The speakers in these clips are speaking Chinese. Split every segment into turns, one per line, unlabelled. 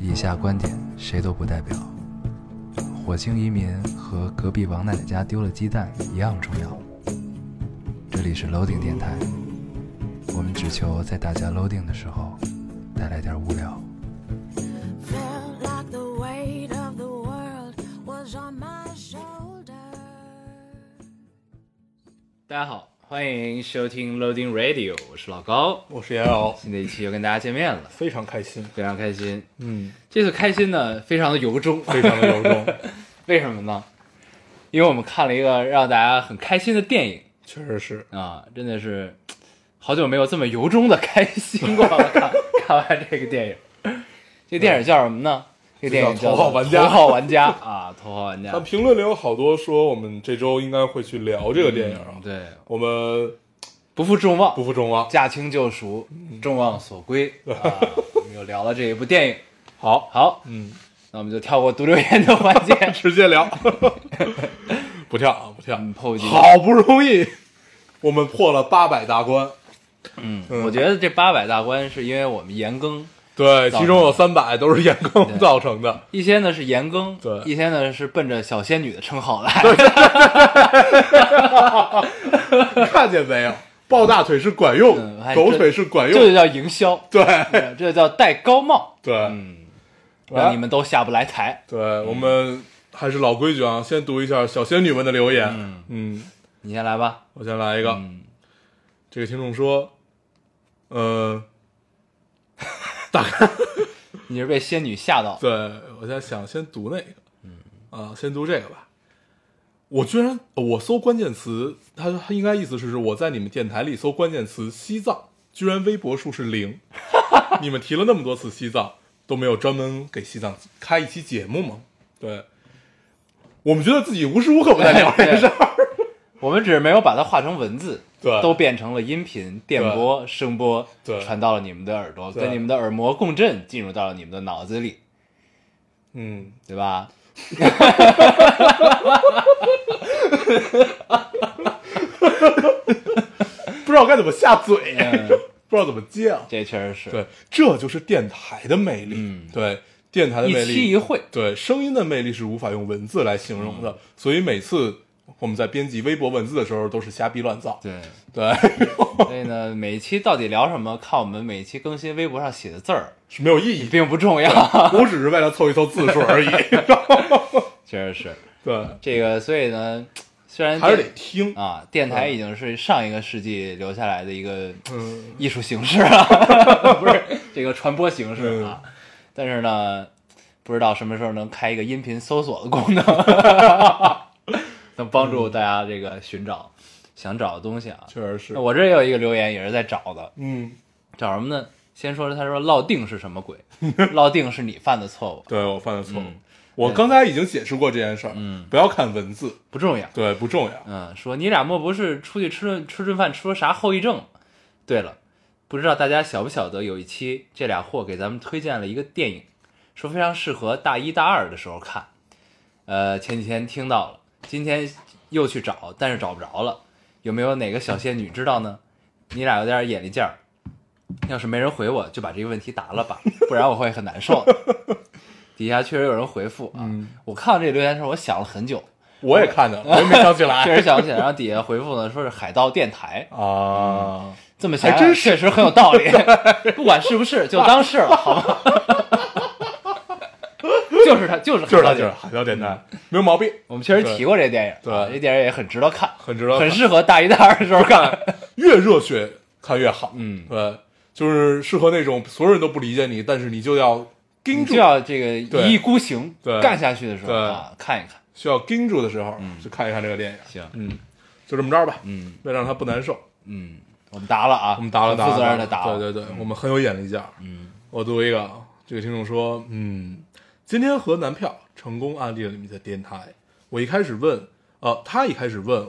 以下观点谁都不代表。火星移民和隔壁王奶奶家丢了鸡蛋一样重要。这里是 Loading 电台，我们只求在大家 Loading 的时候带来点无聊。
Felt like the weight of the world was on my shoulders.
大家好，欢迎收听 Loading Radio，我是老高。
我是严敖，
新的一期又跟大家见面了，
非常开心，
非常开心。
嗯，
这次开心呢，非常的由衷，
非常的由衷，
为什么呢？因为我们看了一个让大家很开心的电影
确实是，
啊，真的是好久没有这么由衷的开心过 了。看看完这个电影，这电影叫什么呢？这电影
就叫
叫做
头号玩家
头号玩 家啊，头号玩家
那。评论里有好多说我们这周应该会去聊这个电影啊，
嗯对，
我们
不负众望，
不负众望，
驾轻就熟，众望所归 啊。我们又聊了这一部电影，
好，
好，
嗯，
那我们就跳过读留言的环节
，直 接聊，不跳啊，不跳，
嗯，迫不及待。
好不容易我们破了八百大关，
嗯，我觉得这八百大关是因为我们延更，
对，
造成的
其中有三百都是严
对
更造成的，
一些呢是延更，
对
一些呢是奔着小仙女的称号来。
看见没有？抱大腿是管用
嗯，还，
狗
真
腿是管
这
用
就，叫营销，
对
对这就叫戴高帽，
对
嗯，
来
让你们都下不来台。
对，我们还是老规矩啊，先读一下小仙女们的留言，嗯，
你先来吧，
我先来一个，
嗯，
这个听众说，呃，
你是被仙女吓到，
对我在想先读那个，嗯，啊，先读这个吧。我居然我搜关键词，他他应该意思是是我在你们电台里搜关键词西藏，居然微博数是零。你们提了那么多次西藏，都没有专门给西藏开一期节目吗？对，我们觉得自己无时无刻不在聊这件事儿。
我们只是没有把它画成文字，
对
都变成了音频、电波、声波，
对
传到了你们的耳朵，
对
跟你们的耳膜共振，进入到了你们的脑子里，
嗯，
对 吧？
不知道该怎么下嘴，不知道怎么接啊。
嗯这确实是，
对，这就是电台的魅力。
嗯
对，电台的
一
魅
期一
力，
会，嗯
对声音的魅力是无法用文字来形容的。所以每次我们在编辑微博文字的时候，都是瞎逼乱造。
对，
对，
所以呢，每一期到底聊什么，看我们每一期更新微博上写的字 儿，
是没有 意义的。
并不重要。
我只是为了凑一凑字数 而已。
确实是
对，
这个，所以呢，虽然
还是得嗯
电
听。
啊，电台已经是上一个世纪留下来的一个
嗯，
艺术形式 了，不是这个传播形式啊，
嗯
但是呢，不知道什么时候能开一个音频搜索的功 能，能帮
嗯
助大家这个寻找想找的东西啊。
确实是
那。我这儿也有一个留言，也是在找的，
嗯，
找什么呢？先说他说落定是什么鬼？落定是你犯的错误，
对我犯的错误
嗯。
我刚才已经解释过这件事儿，
嗯
不要看文字，
不重要。
对，不重要，
嗯，说你俩莫不是出去吃顿吃顿饭出了啥后遗症？对了，不知道大家晓不晓得，有一期这俩货给咱们推荐了一个电影，说非常适合大一大二的时候看。呃，前几天听到了，今天又去找，但是找不着了。有没有哪个小仙女知道呢？你俩有点眼力劲儿，要是没人回我，就把这个问题答了吧，不然我会很难受的。 底下确实有人回复啊，我看到这个留言的时候，我想了很久，
我也看见了，我也没想起来
确实想不起来。然后底下回复呢，说是海盗电台，
啊。
这么想想
还真
确实很有道 理。不管是不是，就当是了，好吗？ 就是他，就是
就是
海
它，
盗
就是
电
它
台。
海盗电台，
嗯
没有毛病，
我们确实提过这电影，
对
啊这电影也很值得看，
很值得看
很适合大一、大二的时候看。
越热血看越好。
嗯
对，就是适合那种所有人都不理解你，但是你就要
你
盯住
就，要这个
对
一意孤行，
对
干下去的时候
对
啊，看一看。
需要盯住的时候，去看一看这个电影。
嗯行
嗯，就这么着吧。
嗯，
为了让他不难受，
嗯，我们答了啊，
我们答了答
很
了，
负责任的答
答
了。嗯
了。对对对，我们很有眼力劲儿。嗯，我读一个啊，这个听众说，嗯，今天和男票成功啊安利了你们的电台。我一开始问，呃，他一开始问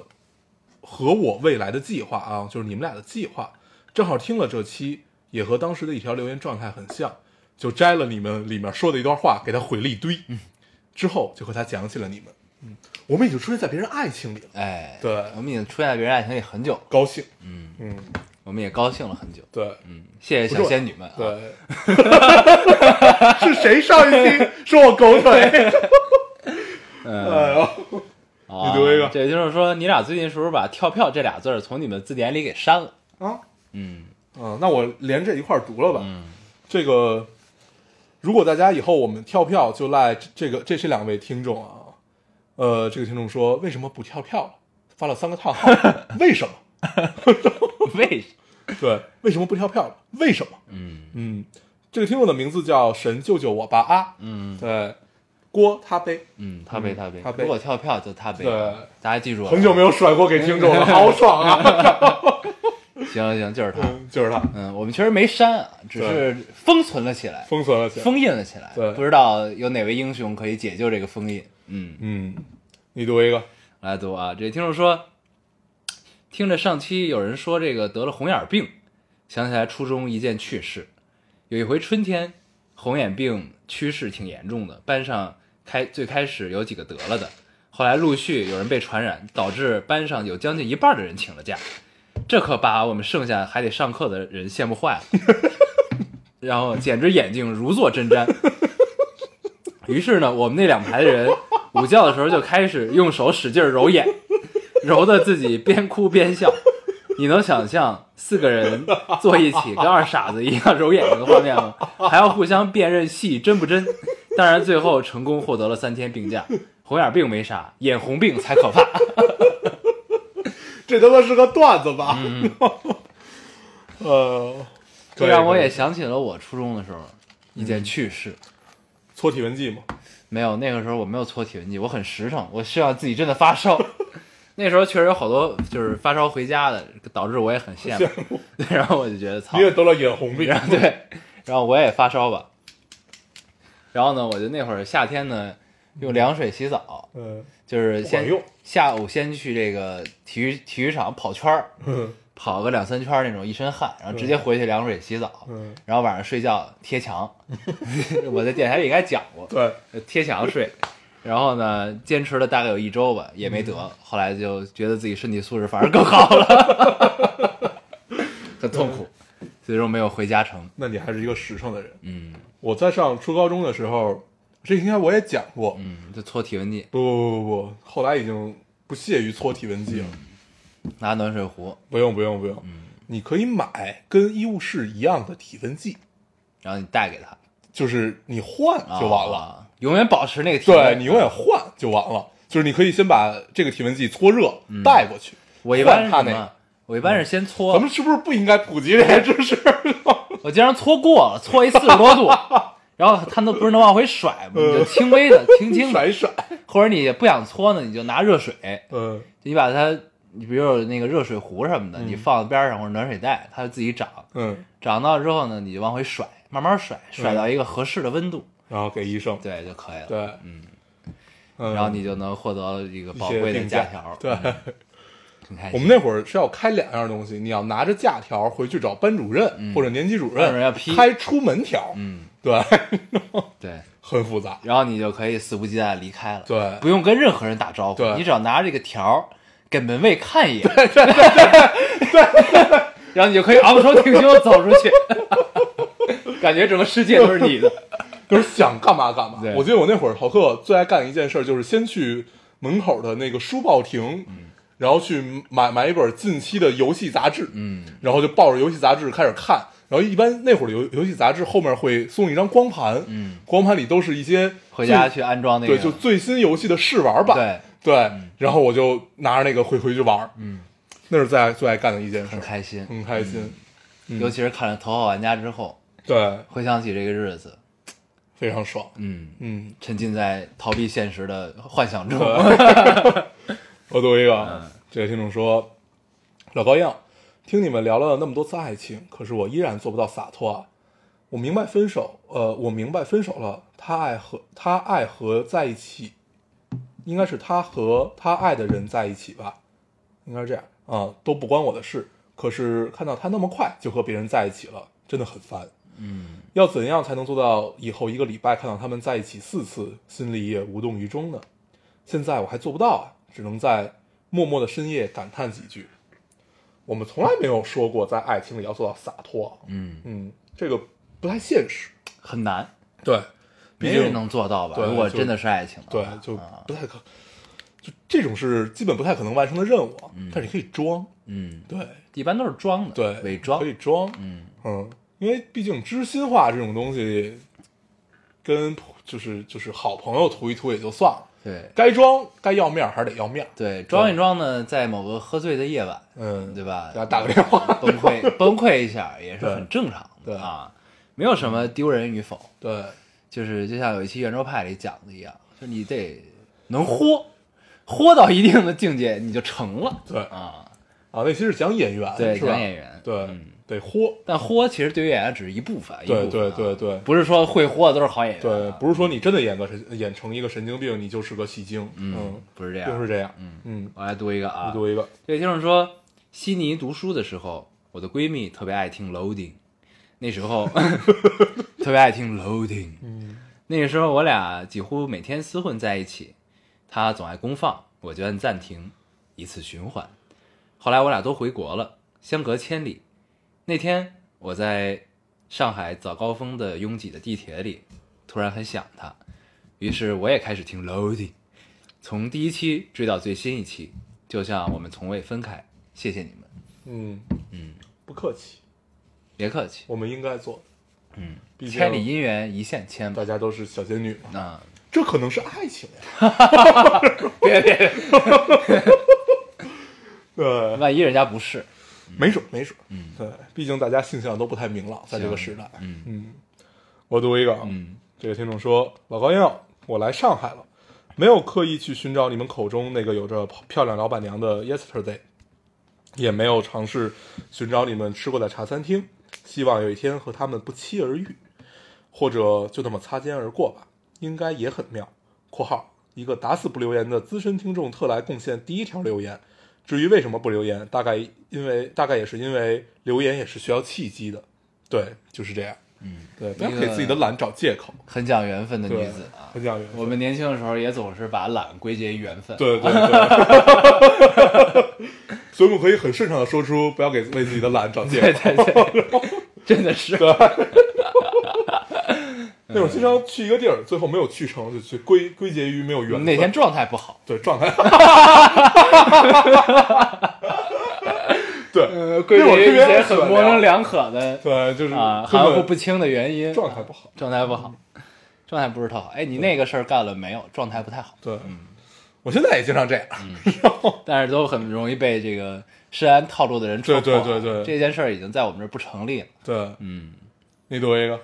和我未来的计划啊，就是你们俩的计划，正好听了这期，也和当时的一条留言状态很像，就摘了你们里面说的一段话，给他回了一堆，之后就和他讲起了你们，嗯，我们已经出现在别人爱情里了，
哎，
对
我们已经出现在别人爱情里很久了。
高兴，
嗯
嗯，
我们也高兴了很久。
对，
嗯，谢谢小仙女们、啊。
对， 是谁上一期说我狗 腿？
嗯，
哎呦，
啊
你读一个
这就是说你俩最近是不是把“跳票”这俩字儿从你们字典里给删了？
啊，
嗯
嗯，那我连这一块儿读了吧。
嗯
这个，如果大家以后我们跳票，就赖这这个这是两位听众啊。呃，这个听众说为什么不跳票了？发了三个叹 号，为什么？
为什
对，为什么不跳票了？为什么？
嗯
嗯，这个听众的名字叫神救救我吧啊！
嗯
对，郭他杯，
嗯，他背他背，
他背
如果跳票就他背。
对，
大家记住了。
很久没有甩锅给听 众了，好爽啊！
有。行了行了，就是他。
嗯 就是他
嗯，我们其实没删啊，只是封存了起来，
封存了起来。
封印了起来。
对
不知道有哪位英雄可以解救这个封印。嗯，
嗯，你读一个，
来读啊，这听众说，听着上期有人说这个得了红眼病，想起来初中一件趣事。有一回春天，红眼病趋势挺严重的，班上开最开始有几个得了的，后来陆续有人被传染，导致班上有将近一半的人请了假，这可把我们剩下还得上课的人羡慕坏了， 然后简直眼睛如坐针毡。于是呢，我们那两排的人午觉的时候就开始用手使劲揉眼，揉的自己边哭边笑。你能想象四个人坐一起跟二傻子一样揉眼睛的画面吗？还要互相辨认戏真不真？当然，最后成功获得了三天病假。红眼病没啥，眼红病才可怕。
这他妈是个段子吧？ 呃，
嗯这让我
可以
也想起了我初中的时候一件趣事。
搓体温计嘛，
没有，那个时候我没有搓体温计，我很实诚，我希望自己真的发烧。 那时候确实有好多就是发烧回家的，导致我也很羡慕。对， 然后我就觉得操
你，也得了眼红病，
然后对，然后我也发烧吧。然后呢，我就那会儿夏天呢，用凉水洗澡，
嗯
就是先
不管用
下午先去这个体育体育场跑圈儿，
嗯
跑个两三圈儿那种，一身汗，然后直接回去凉水洗澡，
嗯，
然后晚上睡觉贴 墙。 我在电台里应该讲过，
对，
呃贴墙睡，然后呢，坚持了大概有一周吧，也没得，
嗯
后来就觉得自己身体素质反而更好了， 很痛苦，
嗯
最终没有回家成。
那你还是一个实诚的人。
嗯
我在上初高中的时候，这应该我也讲过，
嗯，就搓体温计，
不不不不，后来已经不屑于搓体温计了。
嗯拿暖水壶，
不用不用不用，
嗯
你可以买跟医务室一样的体温计，
然后你带给他
就是你换就完了。
啊永远保持那个体温。
对你永远换就完了，就是你可以先把这个体温计搓热、
嗯
带过去。
我一般是
换
什
它那嗯
么？我一般是先搓，
咱们是不是不应该普及这些知识？
我经常搓过了，搓一四十多 度，然后它都不是能往回甩吗？你就轻微的、轻轻
嗯 甩
的，
一甩，
或者你也不想搓呢，你就拿热水，
嗯
你把它，你比如有那个热水壶什么的，你放在边上或者暖水袋，它就自己长，
嗯，
长到之后呢，你就往回甩，慢慢甩，甩到一个合适的温度，
然后给医生，
对就可以了。
对，
嗯，
嗯，
然后你就能获得一个
一
宝
些
贵的
定
假条，
对，
嗯很开心。
我们那会儿是要开两样东西，你要拿着假条回去找班主任、或者年级主
嗯班主
任
任要批
开出门条，
嗯，
对，
对，
很复杂，
然后你就可以肆无忌惮地离开了，
对
不用跟任何人打招呼，
对
你只要拿这个条儿给门卫看一眼，对对对对， 然后你就可以昂首挺胸地走出去， 感觉整个世界都是你的，
就是想干嘛干嘛
对。
我记得我那会儿逃课最爱干的一件事，就是先去门口的那个书报亭，然后去买买一本近期的游戏杂志，
嗯。
然后就抱着游戏杂志开始看。然后一般那会儿游游戏杂志后面会送一张光盘，
嗯，
光盘里都是一些
回家
最
去安装那个，
对，就最新游戏的试玩版，
对嗯
对。然后我就拿着那个回回去玩，嗯，那是最爱最爱干的一件事
很，开心，
很开心，嗯
尤其是看了《头号玩家》之后，
对，
回想起这个日子，
非常爽，
嗯，
嗯。
沉浸在逃避现实的幻想中，
我读一个啊，这个听众说，老高样，听你们聊了那么多次爱情，可是我依然做不到洒脱啊。我明白分手，呃，我明白分手了，他爱和他爱和在一起，应该是他和他爱的人在一起吧，应该是这样啊、都不关我的事。可是看到他那么快就和别人在一起了，真的很烦。嗯，要怎样才能做到以后一个礼拜看到他们在一起四次，心里也无动于衷呢？现在我还做不到啊，只能在默默的深夜感叹几句。我们从来没有说过在爱情里要做到洒脱，
嗯，
嗯，这个不太现实。
很难，
对，毕
没
竟
人能做到吧？
对
如果
就
真的是爱情的
对
话，
就
啊
不太可，就这种是基本不太可能完成的任务。啊但是你可以装，
嗯，
对
一般都是装的，
对，
伪装
可，以装，
嗯
嗯，因为毕竟知心话这种东西，跟普就是就是好朋友吐一吐也就算了，
对
该装该要面儿还是得要面儿，
对，装一装呢，在某个喝醉的夜晚，
嗯，
对吧
给？他打个电话，
崩 溃崩溃一下也是
对
很正常
对
的啊，没有什么丢人与否，
对
就是就像有一期圆桌派里讲的一样，就你得能豁，豁到一定的境界你就成了
对啊，
啊。
那期是讲演员，
对，
是吧
讲演员，
对
嗯，
得豁，
但豁其实对于演员只是一部分，一
对
部分啊
对对对
不是说会豁的都是好演员，啊
对，，不是说你真的演个神演成一个神经病，你就是个戏精，嗯，
不是这
就
样
是。这样，嗯嗯，
我来读一个啊，
你读一个，
这位听众说，悉尼读书的时候，我的闺蜜特别爱听 Loading，那时候 特别爱听 Loading，
嗯
那个时候我俩几乎每天厮混在一起，她总爱公放，我就按暂停，一次循环。后来我俩都回国了，相隔千里。那天我在上海早高峰的拥挤的地铁里，突然很想她，于是我也开始听 Loading。从第一期追到最新一期，就像我们从未分开。谢谢你们，
嗯
嗯，
不客气，
别客气，
我们应该做，
嗯，
毕竟
千里姻缘一线牵吧
大。家都是小仙女嘛，
啊，
这可能是爱情呀，
别别，别
对，
万一人家不是，
没准没准，嗯，对，毕竟大家性向都不太明朗，在这个时代，
嗯
嗯，我读一个啊，
嗯，
这个听众说：“老高要，我来上海了，没有刻意去寻找你们口中那个有着漂亮老板娘的 Yesterday，也没有尝试寻找你们吃过的茶餐厅，希望有一天和他们不期而遇，或者就那么擦肩而过吧，应该也很妙。”（括号一个打死不留言的资深听众特来贡献第一条留言，至于为什么不留言，大概因为大概也是因为留言也是需要契机的，对，就是这样。）对，不要给自己的懒找借口。
很讲缘分的
对
女子啊。
很讲缘分
我们年轻的时候也总是把懒归结于缘分。，
对对对， 所以我们可以很顺畅的说出不要给为自己的懒找借
对
口。
对对， 真的是。
那种经常去一个地儿，最后没有去成，就去归归结于没有缘分。
那天状态不好，
对状态，对
呃，归结于一些很模棱两可的
对，就是
啊，
根
含糊
本
不清的原因。
状态嗯不好。
状态不好，状态不是特好。哎，你那个事儿干了没有？状态不太好，
对，我现在也经常这样。
嗯但是都很容易被这个深谙套路的人戳破
对
啊。
对对对
这件事儿已经在我们这儿不成立了。
对，
嗯，
你读一个，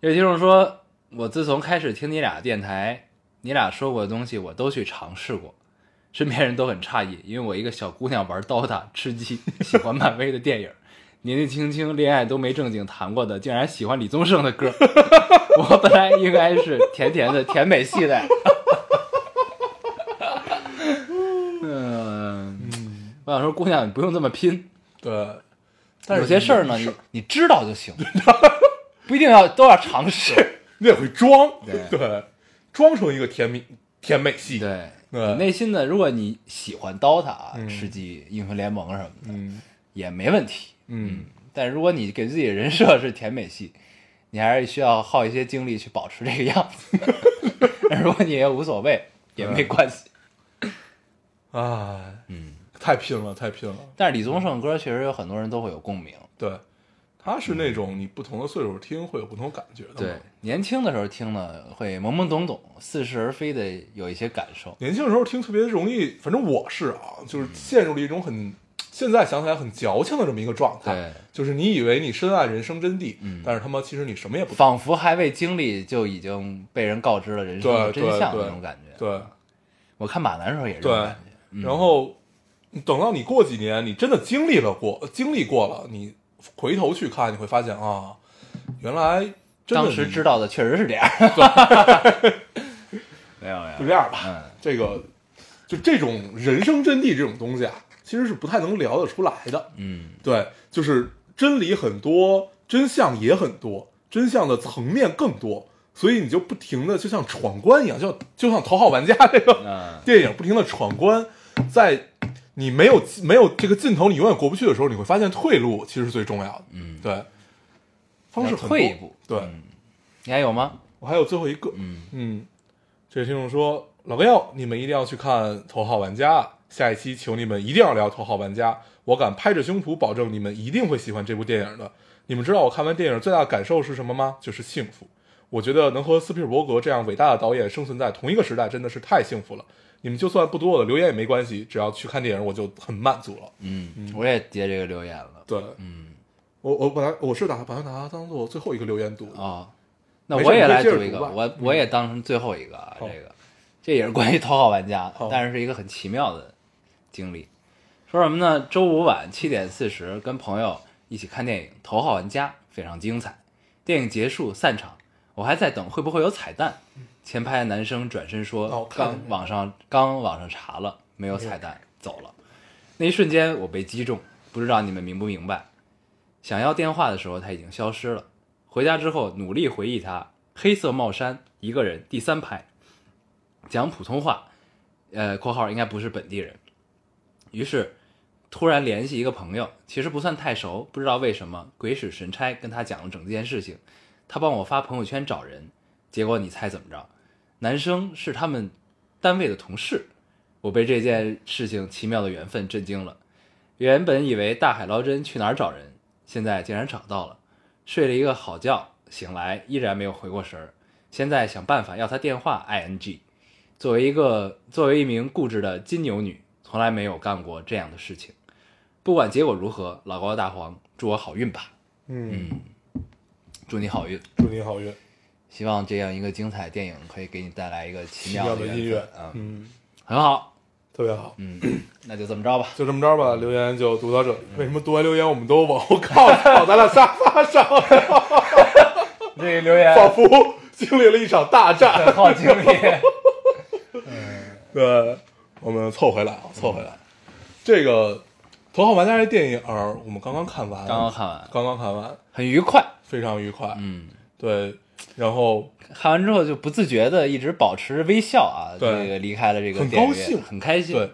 有听众说，我自从开始听你俩电台，你俩说过的东西我都去尝试过，身边人都很诧异，因为我一个小姑娘玩刀塔、吃鸡，喜欢漫威的电影，年纪轻轻恋爱都没正经谈过的，竟然喜欢李宗盛的歌。 我本来应该是甜甜的甜美系的。嗯，我想说，姑娘，你不用这么拼，
对，但是
有些事儿呢，你你知道就行，不一定要都要尝试。
你得会装，
对
对，装成一个甜美甜美系。，
对，
对
你内心的，如果你喜欢 DOTA 啊、
嗯
吃鸡、英雄联盟什么的，
嗯
也没问题。
嗯，
但如果你给自己的人设是甜美系，你还是需要耗一些精力去保持这个样子。 如果你也无所谓，也
嗯
没关系。
哎，
嗯，
太拼了，太拼了。
但是李宗盛歌确实有很多人都会有共鸣。
对，它是那种你不同的岁数听会有不同感觉的。
对，，年轻的时候听呢，会懵懵懂懂，似是而非的有一些感受。
年轻的时候听特别容易，反正我是啊，就是陷入了一种很现在想起来很矫情的这么一个状态
对。嗯
就是你以为你深谙人生真谛，但是他妈其实你什么也不懂。
仿佛还未经历，就已经被人告知了人生
对
的
对
真
对
相的那种感觉。
对，
我看马南的时候也是这种
对
感觉。
然后等到你过几年，你真的经历了过，经历过了，你回头去看，你会发现啊，原来真的
当时
你
知道的确实是这 样。没有没
就
有，
这样吧。
嗯，
这个就这种人生真谛这种东西啊，其实是不太能聊得出来的。
嗯，
对，就是真理很多，真相也很多，真相的层面更多，所以你就不停的就像 闯关一样，就像就像《头号玩家》这个
嗯
电影不停的闯关，在你没有没有这个尽头，你永远过不去的时候，你会发现退路其实是最重要的。嗯，对，方式
要
很
退
多
一步嗯
对、
你还有吗？
我还有最后一个，嗯这位听众说，老高要你们一定要去看《头号玩家》啊，下一期求你们一定要聊《头号玩家》，我敢拍着胸脯保证你们一定会喜欢这部电影的。你们知道我看完电影最大的感受是什么吗？就是幸福。我觉得能和斯皮尔伯格这样伟大的导演生存在同一个时代，真的是太幸福了。你们就算不多我的留言也没关系，只要去看电影，我就很满足了。
嗯，我也接这个留言了。
对，嗯，我我本来我是打把它拿它当做最后一个留言读的，
哦，那
没事
我也
你可以
来
接着
读一个，
读吧嗯
我我也当成最后一个啊，
好
这个这也是关于头号玩家
好，
但是是一个很奇妙的经历。说什么呢？周五晚七点四十跟朋友一起看电影《头号玩家》，非常精彩。电影结束散场，我还在等会不会有彩蛋。前排的男生转身说：“
哦看见
刚
了
网上刚网上查了，没有彩蛋，走了。”那一瞬间我被击中，不知道你们明不明白。想要电话的时候，他已经消失了。回家之后努力回忆他，黑色帽衫，一个人，第三排，讲普通话，呃（括号应该不是本地人）。于是突然联系一个朋友，其实不算太熟，不知道为什么鬼使神差跟他讲了整件事情。他帮我发朋友圈找人，结果你猜怎么着？男生是他们单位的同事。我被这件事情奇妙的缘分震惊了。原本以为大海捞针去哪儿找人，现在竟然找到了。睡了一个好觉，醒来依然没有回过神儿。现在想办法要他电话，ing。作为一个作为一名固执的金牛女，从来没有干过这样的事情。不管结果如何，老高大黄，祝我好运吧，
嗯，
祝你好运。
祝你好运。
希望这样一个精彩电影可以给你带来一个奇
奇妙
妙
的
的
音
缘
乐
分，嗯，
嗯，
很好，嗯
特别好，
那就这么着吧。
就这么着吧，留言就读到这里。为什么读完留言我们都往后靠，靠咱俩沙发上，
这个留言
仿佛经历了一场大战。
好经历，
对，我们凑回来啊，凑回来。这个《头号玩家》这电影儿，我们刚刚看完，
刚刚看完
刚刚看完，
很愉快。
非常愉快。
嗯，
对，然后
看完之后就不自觉的一直保持微笑啊，
对
这个离开了这个
很
电影
高
院
兴
很开心。
对，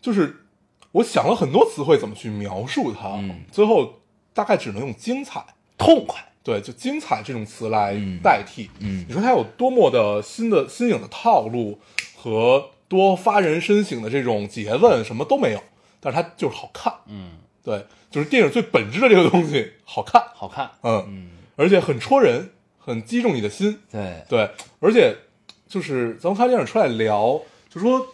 就是我想了很多词汇怎么去描述它，
嗯
最后大概只能用精彩。
痛快，
对，就精彩这种词来
嗯
代替。
嗯
你说它有多么的新的新颖的套路和多发人深省的这种诘问，什么都没有，但是它就是好看。
嗯，
对，就是电影最本质的这个东西，好看。
好看，
嗯，而且很戳人，很击中你的心。
对，
对，而且就是咱们看电影出来聊，就说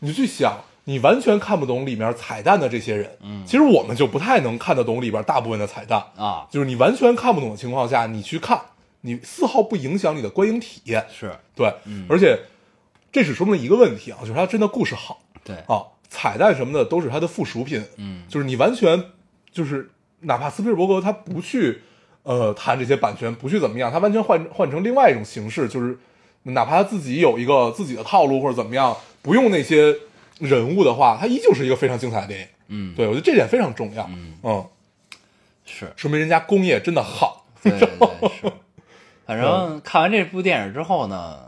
你去想，你完全看不懂里面彩蛋的这些人，嗯，其实我们就不太能看得懂里边大部分的彩蛋，
啊，
就是你完全看不懂的情况下，你去看，你丝毫不影响你的观影体验。
是
对，
嗯
而且这只说明了一个问题啊，就是它真的故事好
对，
啊，彩蛋什么的都是它的附属品，
嗯，
就是你完全就是哪怕斯皮尔伯格他不去呃谈这些版权，不去怎么样，他完全换换成另外一种形式，就是哪怕他自己有一个自己的套路或者怎么样，不用那些人物的话，它依旧是一个非常精彩的电影。
嗯，
对，我觉得这点非常重要。嗯，
是，
说明人家工业真的好。
对对 对是。反
嗯
正看完这部电影之后呢，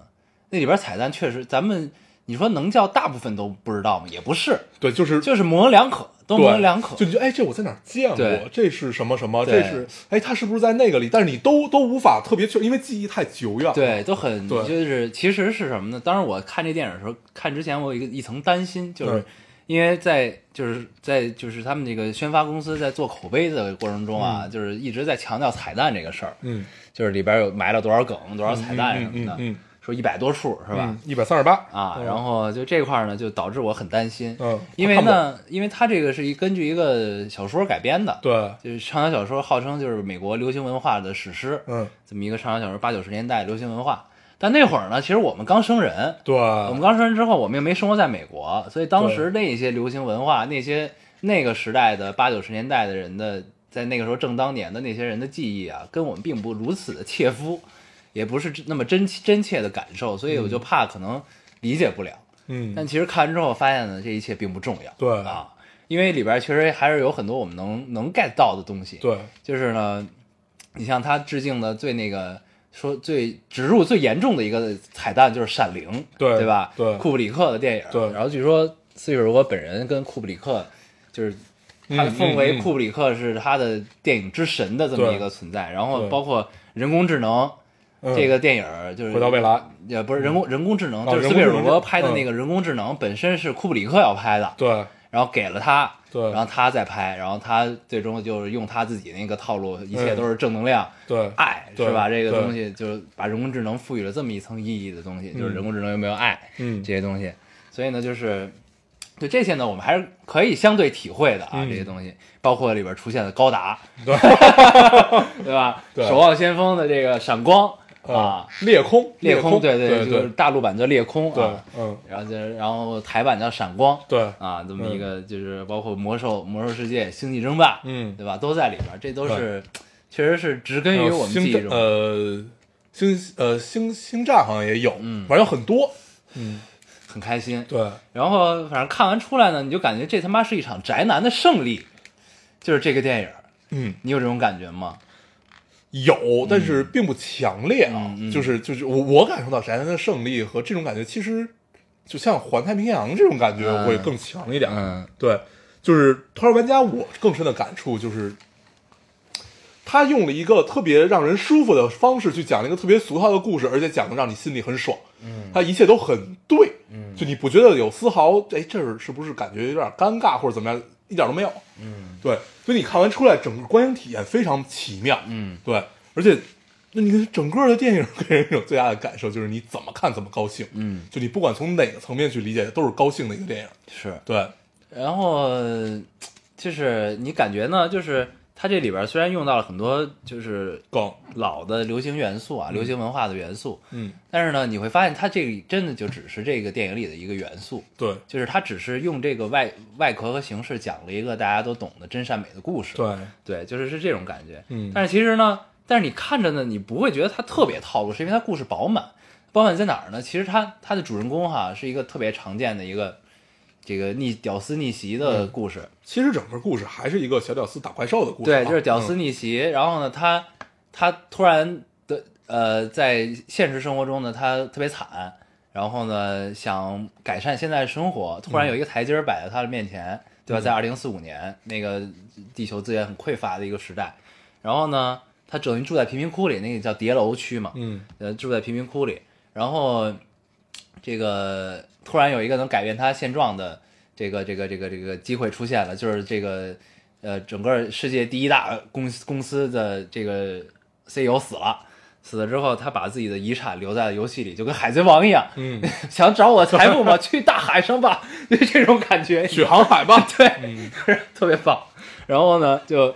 那里边彩蛋确实，咱们你说能叫大部分都不知道吗？也不是，
对，就是
就是模棱两可，都
对
模棱两可
就。你觉得哎，这我在哪儿见过
对？
这是什么什么？
对
这是哎，他是不是在那个里？但是你都都无法特别确，因为记忆太久远了。
对，都很
对
就是，其实是什么呢？当时我看这电影的时候，看之前我有一个一层担心，就是
嗯
因为在就是在就是他们这个宣发公司在做口碑的过程中啊，就是一直在强调彩蛋这个事儿，
嗯，
就是里边有埋了多少梗、多少彩蛋什么的，
嗯嗯嗯嗯嗯
说一百多处是
是
吧？？
一百三十八
啊，然后就这块儿呢，就导致我很担心，
嗯
因为
看不
呢，因为它这个是一根据一个小说改编的，，
对，
就是畅销小说，号称就是美国流行文化的史诗，
嗯，
这么一个畅销小说，八九十年代流行文化。但那会儿呢，其实我们刚生人，
对，
我
我
们刚生人之后，我们又没生活在美国，所以当时那些流行文化，那些那个时代的八九十年代的人的，在那个时候正当年的那些人的记忆啊，跟我们并不如此的切肤， 也不是那么真真切的感受，所以我就怕可能理解不了。
嗯，
但其实看完之后发现呢，这一切并不重要。
对
啊，因为里边确实还是有很多我们能能 get 到的东西。，
对，
就是呢，你像他致敬的最那个说最植入最严重的一个彩蛋就是《闪灵》，
对
对吧？
对
库布里克的电影，
对
然后据说斯皮尔伯格本人跟库布里克，就是他奉为库布里克是他的电影之神的这么
对
一个存在。然后
嗯对
包括人工智能
嗯
这个电影儿，就是
回到未来，
也不是人工人工智能，
啊
就是斯
人
皮尔
工智
伯
能
格拍的
嗯
那个人工智能本身是库布里克要拍的，
对
然后给了他，
对
然后他再拍，然后他最终就是用他自己那个套路，一切都是正能量。
对
爱
嗯对
是吧？这个
对
东西就是把人工智能赋予了这么一层意义的东西，就是人工智能有没有爱
嗯
这些东西。所以呢，就是对这些呢，我们还是可以相对体会的啊，
嗯
这些东西，包括里边出现的高达，
对
对吧？
对
守望先锋的这个闪光啊
啊，，裂空
裂
空，
对
对
就是
对
大陆版叫裂空
对
啊，，
嗯
然后就是然后台版叫闪光，
对
啊，这么
嗯
一个就是包括魔兽、魔兽世界、星际争霸，
嗯
对吧？都在里边儿，这都是确实是植根
还
于
有
我们
星
记忆
战
中。
呃星呃星星战好像也有，
嗯
反正很多，
很开心。
对
然后反正看完出来呢，你就感觉这他妈是一场宅男的胜利，就是这个电影儿，
嗯
你有这种感觉吗？
有，但是并不强烈啊，
嗯嗯嗯
就是就是我我感受到宅男的胜利和这种感觉，其实就像环太平洋这种感觉
嗯
会更强一点，
嗯
对，就是《头号玩家》，我更深的感触就是，他用了一个特别让人舒服的方式去讲了一个特别俗套的故事，而且讲的让你心里很爽。嗯，他一切都很对，嗯，就你不觉得有丝毫哎这儿是不是感觉有点尴尬或者怎么样？一点都没有。嗯，对，所以你看完出来，整个观影体验非常奇妙。
嗯，
对，而且。那你看整个的电影给人一种最大的感受就是你怎么看怎么高兴，
嗯，
就你不管从哪个层面去理解，都是高兴的一个电影。
是。
对，
然后就是你感觉呢，就是它这里边儿虽然用到了很多就是
更
老的流行元素啊，流行文化的元素，
嗯，
但是呢，你会发现它这个真的就只是这个电影里的一个元素。
对
就是它只是用这个外外壳和形式讲了一个大家都懂的真善美的故事，
对，
对，就是是这种感觉。
嗯
但是其实呢，但是你看着呢，你不会觉得它特别套路，是因为它故事饱满。饱满在哪儿呢？其实它它的主人公哈是一个特别常见的一个这个逆屌丝逆袭
嗯
的故事，
其实整个故事还是一个小屌丝打怪兽的故事啊、
对，就是屌丝
嗯
逆袭。然后呢，他他突然的呃，在现实生活中呢，他特别惨，然后呢想改善现在的生活，
嗯
突然有一个台阶儿摆在他的面前，对吧？在二零四五年那个地球资源很匮乏的一个时代，然后呢，他等于住在贫民窟里，那个叫叠楼区嘛，
嗯，
呃，住在贫民窟里，然后这个突然有一个能改变他现状的这个这个这个这个机会出现了，就是这个呃，整个世界第一大公司公司的这个 CEO 死了。死了之后，他把自己的遗产留在了游戏里，就跟海贼王一样。
嗯，
想找我财富吗？ 去大海上吧， 就这种感觉。
去航海吧，
对，
嗯
特别棒。然后呢，就，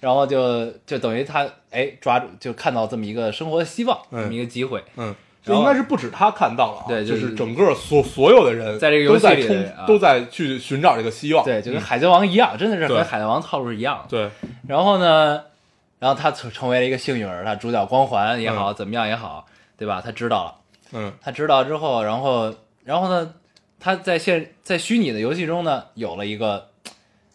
然后就就等于他哎抓住，就看到这么一个生活的希望，
嗯
这么一个机会。
嗯，
然
这
后
应该是不止他看到了啊，
对就
就是是整个所所有的人
在这个游
都
戏
在
里
冲、
啊
都在去寻找这个希望，
对，就跟
嗯
海贼王一样，真的是
对
跟海贼王套路是一样的。
对
然后呢，然后他成成为了一个幸运儿，他主角光环也好，怎么样也好，对吧？他知道了，
嗯
他知道之后，然后然后呢，他在现在虚拟的游戏中呢，有了一个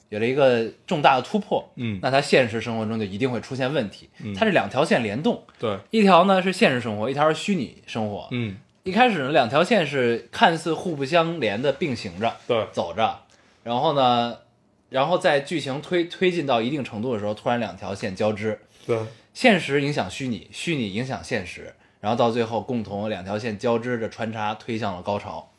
有了一个重大的突破。
嗯
那他现实生活中就一定会出现问题。它是两条线联动，
对，
一条呢是现实生活，一条是虚拟生活。
嗯
一开始呢，两条线是看似互不相连的并行着
对，嗯
走着，然后呢，然后在剧情推推进到一定程度的时候，突然两条线交织，
对
现实影响虚拟，虚拟影响现实，然后到最后共同两条线交织着穿插，推向了高潮，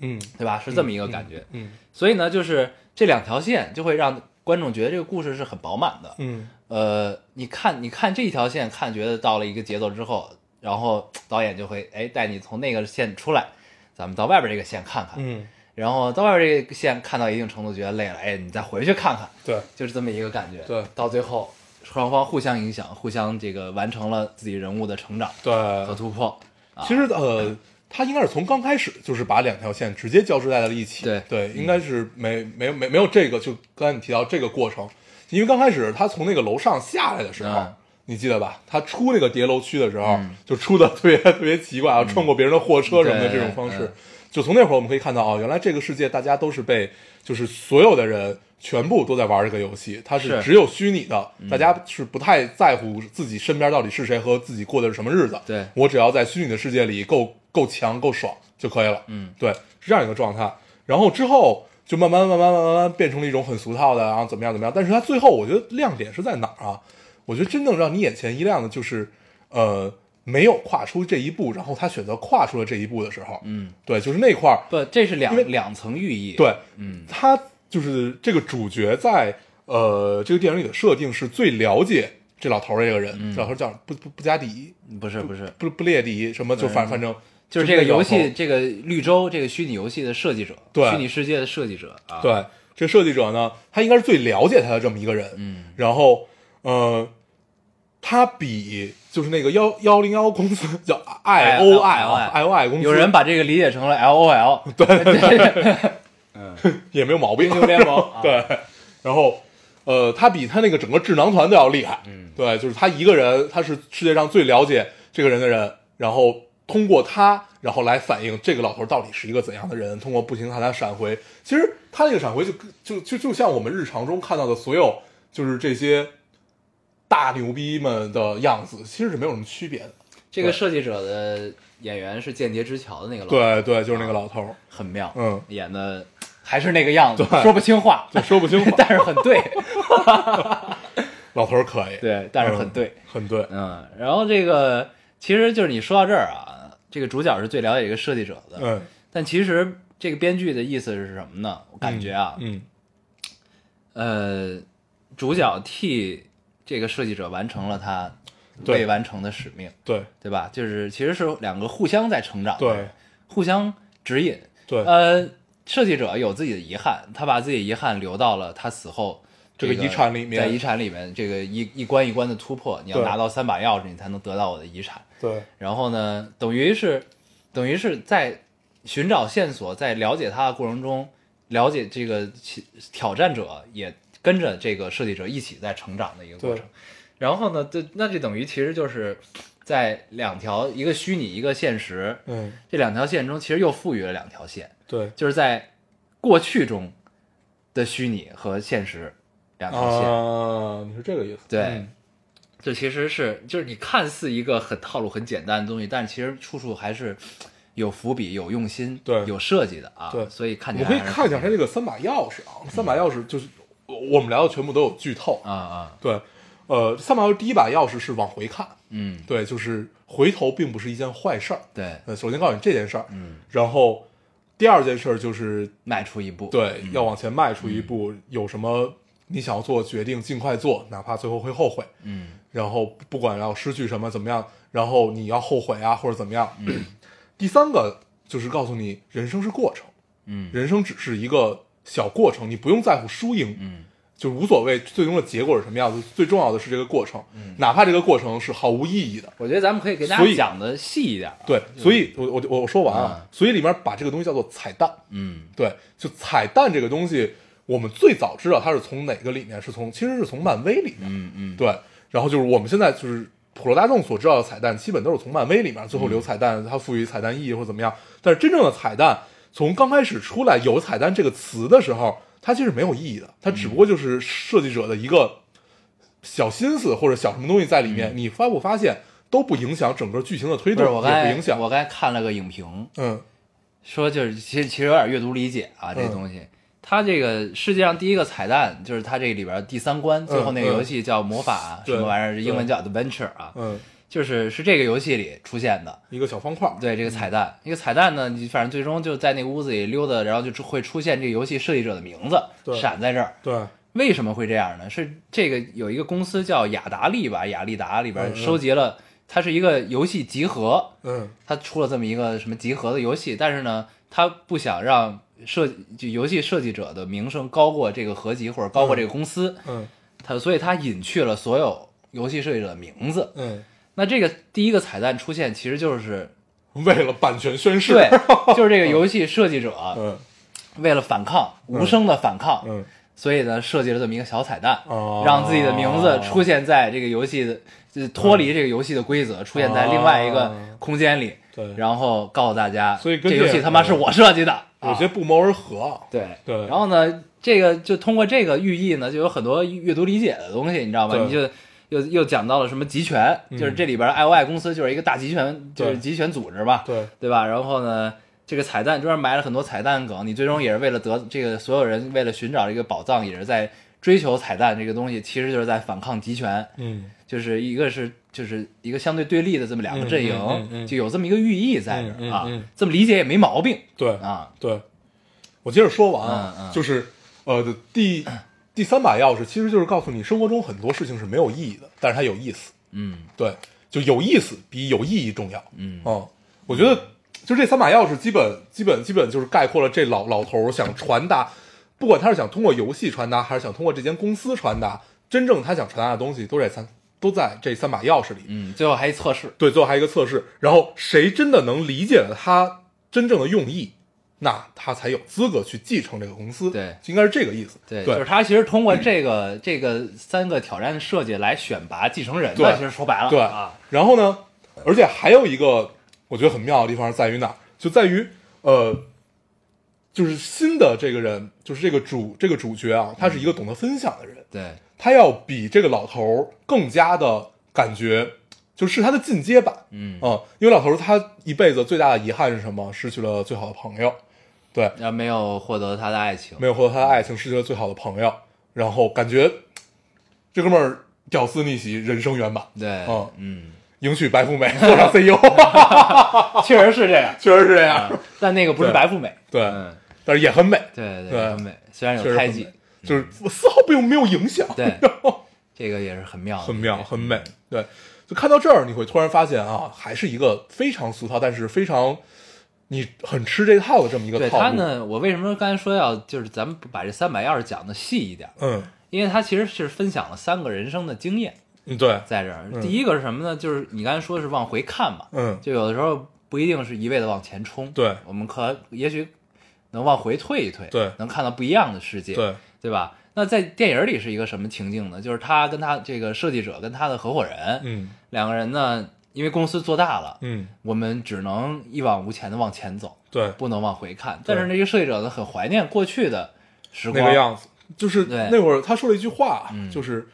嗯
对吧？是这么一个感觉。
嗯
所以呢，就是这两条线就会让观众觉得这个故事是很饱满的。
嗯
呃，你看，你看这一条线，看觉得到了一个节奏之后，然后导演就会哎带你从那个线出来，咱们到外边这个线看看，
嗯，
然后到外边这个线看到一定程度觉得累了，哎，你再回去看看，
对
就是这么一个感觉。
对
到最后双方互相影响，互相这个完成了自己人物的成长和
对，
突破。啊
其实呃。他应该是从刚开始就是把两条线直接交织在了一起，
对嗯
对，应该是没没有没没有这个，就刚才你提到这个过程，因为刚开始他从那个楼上下来的时候，
嗯
你记得吧？他出那个叠楼区的时候，就出的特别特别奇怪啊，穿过别人的货车什么
嗯
的
对
这种方式。
嗯
就从那会儿我们可以看到啊，原来这个世界大家都是被，就是所有的人全部都在玩这个游戏，它
是
是只有虚拟的，
嗯
大家是不太在乎自己身边到底是谁和自己过的是什么日子。
对
我只要在虚拟的世界里够够强、够爽就可以了。
嗯，
对，是这样一个状态。然后之后就慢慢慢慢慢慢慢变成了一种很俗套的，然后怎么样怎么样。但是它最后我觉得亮点是在哪儿啊？我觉得真正让你眼前一亮的就是，呃，没有跨出这一步，然后他选择跨出了这一步的时候，
嗯，
对，就是那块儿，
不，这是两
因为
两层寓意。，
对，
嗯
他就是这个主角在呃这个电影里的设定是最了解这老头儿这个人，
嗯
这老头儿叫布布布加迪，
不是不是，
不不列迪什么，就反
对
反正
就是这个游
老头
戏，
儿
这个绿洲，这个虚拟游戏的设计者，
对
虚拟世界的设计者啊，，
对，这设计者呢，他应该是最了解他的这么一个人。嗯，然后呃，他比就是那个幺幺零幺公司叫
哎
I O I 啊 I O I 公司
有人把这个理解成了 L O L，对，
也没有毛 病，
英雄联盟啊
对，然后呃，他比他那个整个智囊团都要厉害。嗯，对，就是他一个人，他是世界上最了解这个人的人，然后通过他，然后来反映这个老头到底是一个怎样的人。通过不停地看他闪回，其实他这个闪回就就就就像我们日常中看到的所有，就是这些大牛逼们的样子，其实是没有什么区别的。
这个设计者的演员是《间谍之桥》的那个老，，
对对，就是那个老头儿，
很妙，
嗯
演的还是那个样子，
对
说不清话，
就说不清话
但，是很 对，
老头儿可以，
对，但是很对，
嗯，很对，
嗯，然后这个其实就是你说到这儿啊，这个主角是最了解这个设计者的，
嗯
但其实这个编剧的意思是什么呢？我感觉啊，
嗯
呃，主角替这个设计者完成了他
对
未完成的使命，
对
对吧？就是其实是两个互相在成长，
对，
互相指引。
对，
呃，设计者有自己的遗憾，他把自己的遗憾留到了他死后。
这
个
个遗产里面
在遗产里面，这个一一关一关的突破，你要
对
拿到三把钥匙，你才能得到我的遗产。
对
然后呢，等于是，等于是在寻找线索，在了解他的过程中，了解这个其挑战者也跟着这个设计者一起在成长的一个过程
对。
然后呢，这那就等于其实就是在两条，一个虚拟，一个现实，
嗯。
这两条线中其实又赋予了两条线，
对，
就是在过去中的虚拟和现实两条线。
啊，你是这个意思？
对
嗯
这其实是就是你看似一个很套路、很简单的东西，但其实处处还是有伏笔、有用心、
对
有设计的啊。
对
所以看起
我
来
可
还
以
是
看一下他这个三把钥匙啊，三把钥匙就是我我们聊的全部都有剧透。
啊啊，
对，呃，三把钥匙第一把钥匙是往回看，
嗯，
对，就是回头并不是一件坏事儿。
对，
呃，首先告诉你这件事儿，嗯，然后第二件事儿就是
迈出一步，
对，要往前迈出
嗯
一步，有什么你想要做的决定，尽快做，哪怕最后会后悔，
嗯
然后不管要失去什么怎么样，然后你要后悔啊或者怎么样。
嗯
第三个就是告诉你，人生是过程，
嗯
人生只是一个小过程，你不用在乎输赢，
嗯，
就是无所谓最终的结果是什么样子，最重要的是这个过程，
嗯
哪怕这个过程是毫无意义的。
我觉得咱们可以给大
所
家
以
讲的细一点啊。
对，所以我我我我说完啊
啊，
所以里面把这个东西叫做彩蛋，
嗯
对，就彩蛋这个东西，我们最早知道它是从哪个里面，是从其实是从漫威里面，
嗯嗯，
对，然后就是我们现在就是普罗大众所知道的彩蛋，基本都是从漫威里面最后
嗯
留彩蛋，它赋予彩蛋意义或怎么样。但是真正的彩蛋，从刚开始出来有“彩蛋”这个词的时候，它其实没有意义的，它只不过就是设计者的一个小心思或者小什么东西在里面。你发不发现都不影响整个剧情的推
嗯不
动
是，我，刚
也
才
不影响。
我刚才看了个影评，
嗯，
说就是其实其实有点阅读理解啊，这
嗯
东西。它这个世界上第一个彩蛋就是它这里边第三关，最后那个
嗯
游戏叫魔法什
对
么玩意儿，英文
对
叫 adventure 啊，
嗯，
就是是这个游戏里出现的。
一个小方块儿，嗯
对这个彩蛋，那个彩蛋呢，你反正最终就在那个屋子里溜达，然后就出会出现这个游戏设计者的名字
对
闪在这儿。
对，
为什么会这样呢？是这个有一个公司叫雅达利吧，雅利达里
嗯
边
嗯
收集了，它是一个游戏集合，
嗯，
它出了这么一个什么集合的游戏，但是呢，它不想让设就游戏设计者的名声高过这个合集或者高过这个公司，
嗯，
它所以它隐去了所有游戏设计者的名字。
嗯，
那这个第一个彩蛋出现，其实就是
为了版权宣誓，
对，就是这个游戏设计者
嗯，
为了反抗，无声的反抗，
嗯，
所以呢，设计了这么一个小彩蛋，
哦
让自己的名字出现在这个游戏的，就是脱离这个游戏的规则，出现在另外一个空间里，
对
然后告诉大家，
所以跟
这
这
游戏他妈是我设计的，
有些
啊
不谋而合，
对
对
然后呢，这个就通过这个寓意呢，就有很多阅读理解的东西，你知道吧？
对嗯
你就。又又讲到了什么集权，就是这里边 I O I 公司就是一个大集权，就是
对
集权组织嘛。
对
对吧？然后呢，这个彩蛋中间埋了很多彩蛋梗，你最终也是为了得这个所有人为了寻找这个宝藏，也是在追求彩蛋这个东西，其实就是在反抗集权。
嗯
就是一个是就是一个相对对立的这么两个阵营，
嗯嗯嗯嗯
就有这么一个寓意在这儿、
嗯嗯
啊、
嗯
这么理解也没毛病
对
啊。
对，我接着说完啊，
嗯嗯
就是呃第第三把钥匙其实就是告诉你，生活中很多事情是没有意义的，但是它有意思。
嗯
对，就有意思比有意义重要。
嗯
嗯，我觉得就这三把钥匙，基本基本基本就是概括了这老老头儿想传达，不管他是想通过游戏传达，还是想通过这间公司传达，真正他想传达的东西都在三都在这三把钥匙里。
嗯，最后还一测试，
对，最后还有一个测试，然后谁真的能理解了他真正的用意，那他才有资格去继承这个公司。
对
应该是这个意思。
对，
对
就是他其实通过这个、这个三个挑战设计来选拔继承人的，
对
其实说白了
对
啊，
然后呢，而且还有一个我觉得很妙的地方在于哪儿，就在于呃，就是新的这个人，就是这个主这个主角啊，他是一个懂得分享的人，
对
他要比这个老头儿更加的感觉，就是他的进阶版，
嗯
嗯，因为老头儿他一辈子最大的遗憾是什么？失去了最好的朋友，对，
然后没有获得他的爱情，
没有获得他的爱情，失去了最好的朋友，然后感觉这哥们儿屌丝逆袭，人生圆满，
对，
嗯
嗯，
迎娶白富美，做上 E CEO。
确实是这样
确实是这
啊
样，，
但那个不是
对
白富美，
对，
嗯，
但是也很美，
对对，
对
很美，虽然
确
有
实
猜
很
忌
美，，就是丝毫没有没有影响，
对， 这个也是很妙的，
很妙，很美，对。就看到这儿，你会突然发现啊，还是一个非常俗套，但是非常你很吃这套的这么一个
对
套
他
路。
呢，我为什么刚才说要就是咱们把这三把钥匙讲的细一点儿？
嗯
因为他其实是分享了三个人生的经验
嗯，对，
在这儿。
嗯
第一个是什么呢？就是你刚才说的是往回看嘛，
嗯
就有的时候不一定是一味的往前冲，
对
我们可也许能往回退一退，
对
能看到不一样的世界，
对，
对吧？那在电影里是一个什么情境呢？就是他跟他这个设计者跟他的合伙人、
嗯
两个人呢，因为公司做大了，
嗯，
我们只能一往无前的往前走，
对，
不能往回看。但是那些设计者呢，很怀念过去的时光，嗯
那个样子，就是
对
那会儿他说了一句话，就是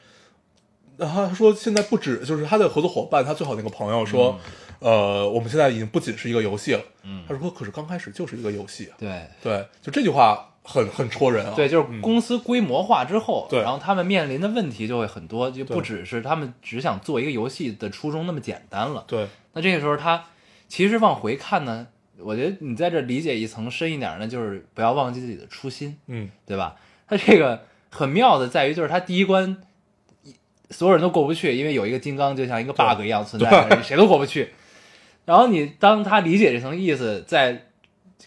呃他说现在不止，就是他的合作伙伴，他最好那个朋友说，
嗯
呃，我们现在已经不仅是一个游戏了，他说可是刚开始就是一个游戏啊，
对
对，就这句话很很戳人啊，
对，就是公司规模化之后，
对
然后他们面临的问题就会很多，就不
对
只是他们只想做一个游戏的初衷那么简单了。
对，
那这个时候他其实往回看呢，我觉得你在这理解一层深一点呢，就是不要忘记自己的初心，
嗯
对吧？他这个很妙的在于，就是他第一关。所有人都过不去，因为有一个金刚就像一个 bug 一样存在，谁都过不去。然后你当他理解这层意思，在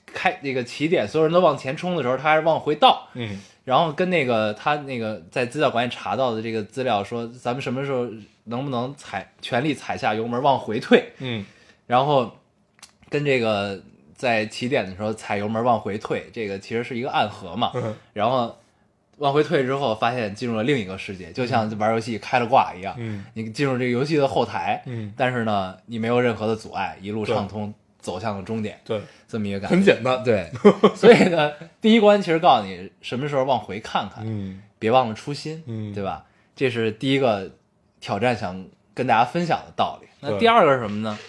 开那个起点，所有人都往前冲的时候，他还是往回倒，
嗯
然后跟那个他那个在资料馆里查到的这个资料说，咱们什么时候能不能踩全力踩下油门往回退，
嗯，
然后跟这个在起点的时候踩油门往回退，这个其实是一个暗合嘛。
嗯
然后往回退之后，发现进入了另一个世界，就像玩游戏开了挂一样，
嗯
你进入这个游戏的后台，
嗯
但是呢，你没有任何的阻碍，一路
对
畅通走向了终点，
对，
这么一个感觉，
很简单，
对，所以呢，第一关其实告诉你什么时候往回看看，
嗯
别忘了初心，
嗯
对吧？这是第一个挑战想跟大家分享的道理。那
对
第二个是什么呢？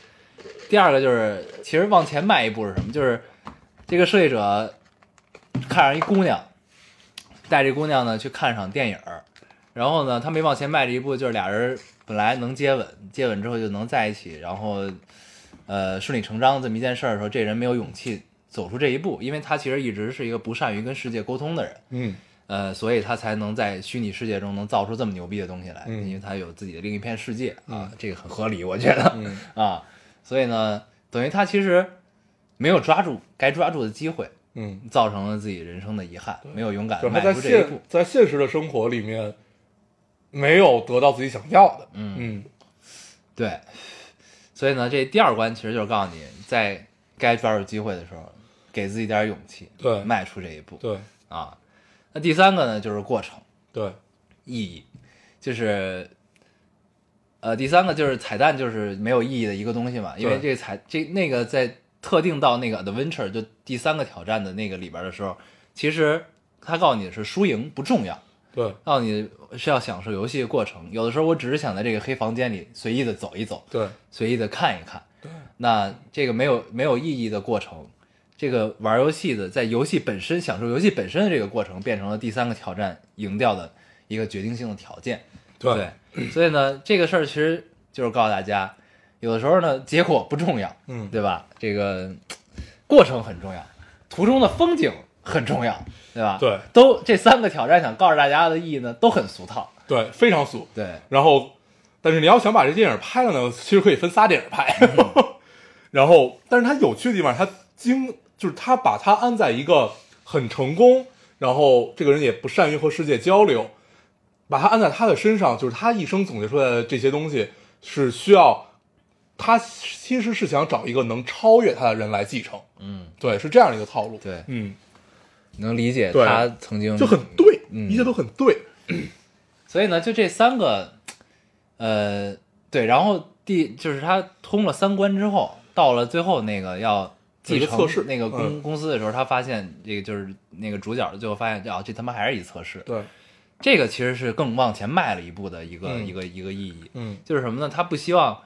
第二个就是，其实往前迈一步是什么？就是这个设计者看上一姑娘，带这姑娘呢去看场电影儿，然后呢，他没往前迈这一步，就是俩人本来能接吻，接吻之后就能在一起，然后呃顺理成章这么一件事儿的时候，这人没有勇气走出这一步，因为他其实一直是一个不善于跟世界沟通的人。
嗯
呃，所以他才能在虚拟世界中能造出这么牛逼的东西来，
嗯
因为他有自己的另一片世界啊，这个很合理，我觉得、
嗯
啊，所以呢，等于他其实没有抓住该抓住的机会，
嗯，
造成了自己人生的遗憾，没有勇敢
就
地
他
迈
在
出这一
现
步，
在现实的生活里面没有得到自己想要的，嗯
对，所以呢，这第二关其实就是告诉你，在该抓住机会的时候，给自己点勇气，
对
迈出这一步，
对
啊，那第三个呢，就是过程，
对，
意义，就是呃，第三个就是彩蛋，就是没有意义的一个东西嘛，因为这
对
个彩这那个在特定到那个 adventure 就第三个挑战的那个里边的时候，其实他告诉你是输赢不重要，
对
告诉你是要享受游戏的过程。有的时候我只是想在这个黑房间里随意的走一走，
对
随意的看一看，那这个没有没有意义的过程。这个玩游戏的，在游戏本身享受游戏本身的这个过程，变成了第三个挑战赢掉的一个决定性的条件。
对
所以呢，这个事儿其实就是告诉大家，有的时候呢，结果不重要，
嗯
对吧？这个过程很重要，途中的风景很重要，对吧？
对，
都这三个挑战想告诉大家的意义呢，都很俗套。
对，非常俗。
对，
然后，但是你要想把这电影拍了呢，其实可以分仨电影拍。
嗯
然后，但是它有趣的地方，它经就是它把它安在一个很成功，然后这个人也不善于和世界交流，把它安在他的身上，就是他一生总结出来的这些东西是需要。他其实是想找一个能超越他的人来继承，
嗯，
对，是这样的一个套路。
对
嗯，
能理解
对
他曾经
就很对，
嗯
一切都很对。
所以呢，就这三个，呃，对，然后第就是他通了三关之后，到了最后那个要继
有一个
承
测试
那个公、
嗯
公司的时候，他发现这个就是那个主角最后发现，啊，这他妈还是一测试，
对，
这个其实是更往前迈了一步的一个、
嗯
一个一个意义，
嗯，
就是什么呢？他不希望，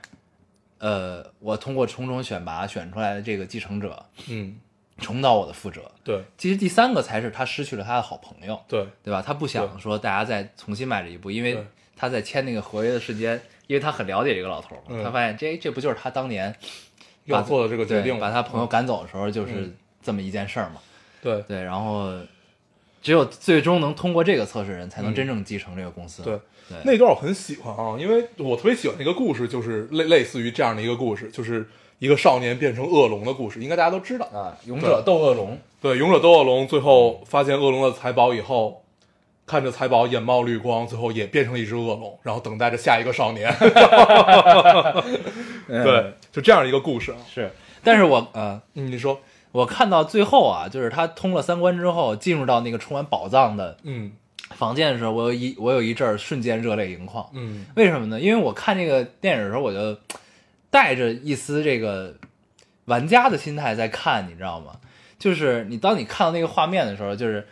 呃，我通过重重选拔选出来的这个继承者
嗯，
重蹈我的覆辙。
对，
其实第三个才是他失去了他的好朋友，
对，
对吧？他不想
对
说大家再重新迈这一步，因为
对
他在签那个合约的时间，因为他很了解这个老头儿嘛，
嗯
他发现这这不就是他当年把
要做的这个决
对
定，嗯
把他朋友赶走的时候就是这么一件事儿嘛。
对，
对，然后只有最终能通过这个测试人，才能
嗯
真正继承这个公司。
对
对，
那段我很喜欢啊，因为我特别喜欢那个故事，就是类类似于这样的一个故事，就是一个少年变成恶龙的故事，应该大家都知道。
啊，勇者斗恶龙，
对，勇者斗恶龙最后发现恶龙的财宝以后，看着财宝眼冒绿光，最后也变成了一只恶龙，然后等待着下一个少年。 对，就这样一个故事啊。
嗯是。但是我呃，
嗯，你说，
我看到最后啊，就是他通了三关之后，进入到那个充满宝藏的
嗯
房间的时候，我有一我有一阵儿瞬间热泪盈眶。
嗯
为什么呢？因为我看这个电影的时候，我就带着一丝这个玩家的心态在看，你知道吗？就是你当你看到那个画面的时候，就是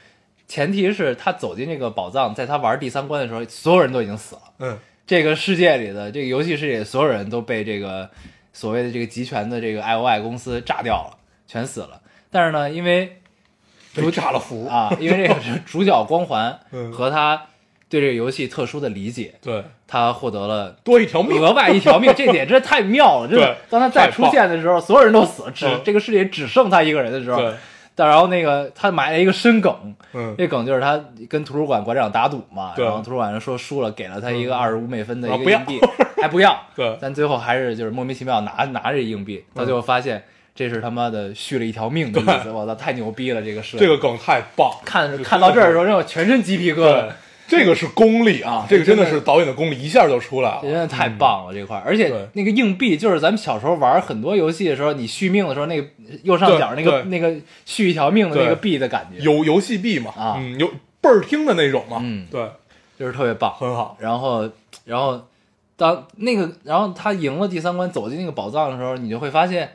前提是他走进这个宝藏，在他玩第三关的时候，所有人都已经死了。
嗯，
这个世界里的这个游戏世界，所有人都被这个所谓的这个集权的这个 I O I 公司炸掉了，全死了。但是呢，因为
被炸了福。
啊，因为这个是主角光环
嗯
和他对这个游戏特殊的理解，
对，
他获得了
多 一条命。
额外一条命，这点真的太妙了！真的
对，
当他再出现的时候，所有人都死了，只
嗯
这个世界只剩他一个人的时候
对，，
但然后那个他埋了一个深梗，
嗯，
这梗就是他跟图书馆馆长打赌嘛，
对
然后图书馆说输了，给了他一个二十五美分的
啊
一
不
个
要
硬币，还不要，
对
但最后还是就是莫名其妙拿拿着硬币，到最后发现这是他妈的续了一条命的意思，我操，太牛逼了！这个设计
这个梗太棒了。
看看到这儿的时 候，让我全身鸡皮疙瘩
对。，这个是功力啊，这个真的是导演的功力，一下就出来
这真的
了。
太棒了、这块儿，而且
嗯对
那个硬币就是咱们小时候玩很多游戏的时候，你续命的时候，那个右上角那个
对
那个续一条命的那个
对
币的感觉，
有啊游戏币嘛，
啊
嗯，有倍儿听的那种嘛，
嗯
对，
就是特别棒。
很好，
然后，然后当那个，然后他赢了第三关，走进那个宝藏的时候，你就会发现，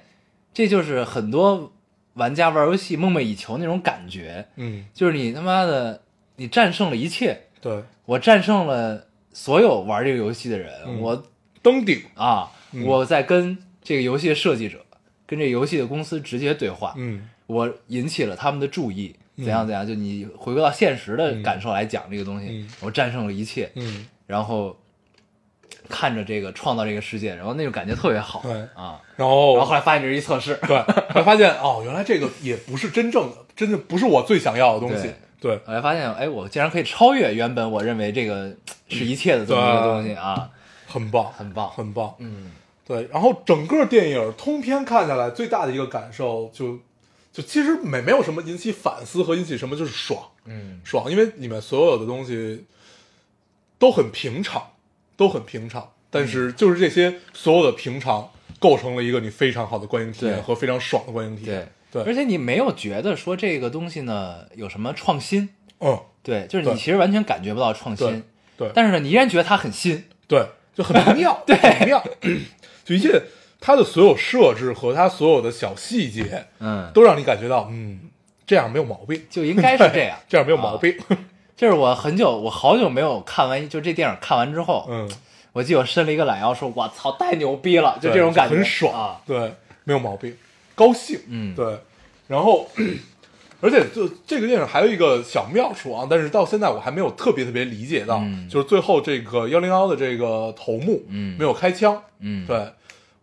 这就是很多玩家玩游戏梦寐以求那种感觉，
嗯，
就是你他妈的你战胜了一切，
对，
我战胜了所有玩这个游戏的人，
嗯
我
登顶，
啊，
嗯
我在跟这个游戏的设计者、跟这个游戏的公司直接对话，
嗯，
我引起了他们的注意，怎样怎样，就你回归到现实的感受来讲这个东西，
嗯
我战胜了一切，
嗯，
然后看着这个创造这个世界，然后那种感觉特别好，
对
啊，
然
然后
后
后来发现这是一测 试，
对，才发现哦，原来这个也不是真正的，真的不是我最想要的东西，对，
后来发现，哎，我竟然可以超越原本我认为这个是一切的这么一个东西啊，
嗯很棒，
很棒
很棒，
嗯，
对，然后整个电影通篇看下来，最大的一个感受就就其实没没有什么引起反思和引起什么，就是爽，
嗯，
爽，因为里面所有的东西都很平常，都很平常，但
嗯
是就是这些所有的平常构成了一个你非常好的观影体
对
验和非常爽的观影体
对
验。对，
而且你没有觉得说这个东西呢有什么创新，
嗯，
对，就是你
对
其实完全感觉不到创新
对，对，
但是呢，你依然觉得它很新。
对，就很不 妙，对，很不妙，就一切它的所有设置和它所有的小细节，
嗯，
都让你感觉到，嗯，这样没有毛病，
就应该是这样
。
啊
这样没有毛病，
这是我很久，我好久没有看完，就这电影看完之后，
嗯，
我记得我伸了一个懒腰，说“我操，太牛逼了”，就
对
这种感觉，
很爽，
啊。
对，没有毛病，高兴，
嗯
对。然后，而且就这个电影还有一个小妙处啊，但是到现在我还没有特别特别理解到，
嗯
就是最后这个幺零幺的这个头目，
嗯
没有开枪，
嗯，
对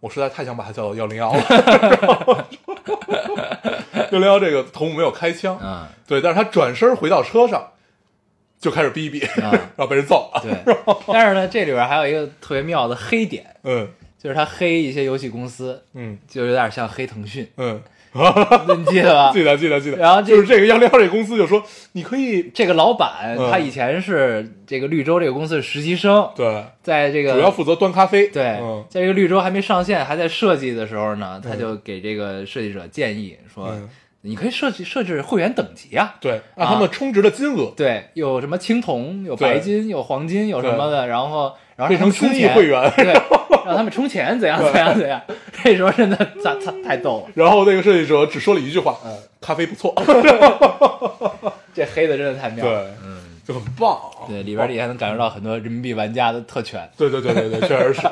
我实在太想把它叫到幺零幺了，幺零幺这个头目没有开枪，
嗯，
对，但是他转身回到车上，就开始逼逼，
啊
然后被人揍了，
对。但是呢，这里边还有一个特别妙的黑点，
嗯
就是他黑一些游戏公司，
嗯
就有点像黑腾 讯，
嗯，
你记得吧？
记得记得记得。
啊然后这
就是这个幺零幺这公司就说你可以
这个老板
嗯
他以前是这个绿洲这个公司的实习生，
对，
在这个
主要负责端咖啡，
对
嗯，
在这个绿洲还没上线，还在设计的时候呢，他就给这个设计者建议说
嗯，
你可以设计设置会员等级啊，
对，按
啊
他们充值的金额
对，有什么青铜，有
对
白金，有黄金，有什么的，然后然后让
变
他们
成
充
公益
钱
会，员，
对，让他们充钱， 怎样怎样怎样，这时候真的太太太逗了，
然后那个设计者只说了一句话，
嗯
咖啡不 错，
这黑的真的太妙了，
对，嗯，就很棒，
对，里边你还能感受到很多人民币玩家的特权。
对对对对对，确 实是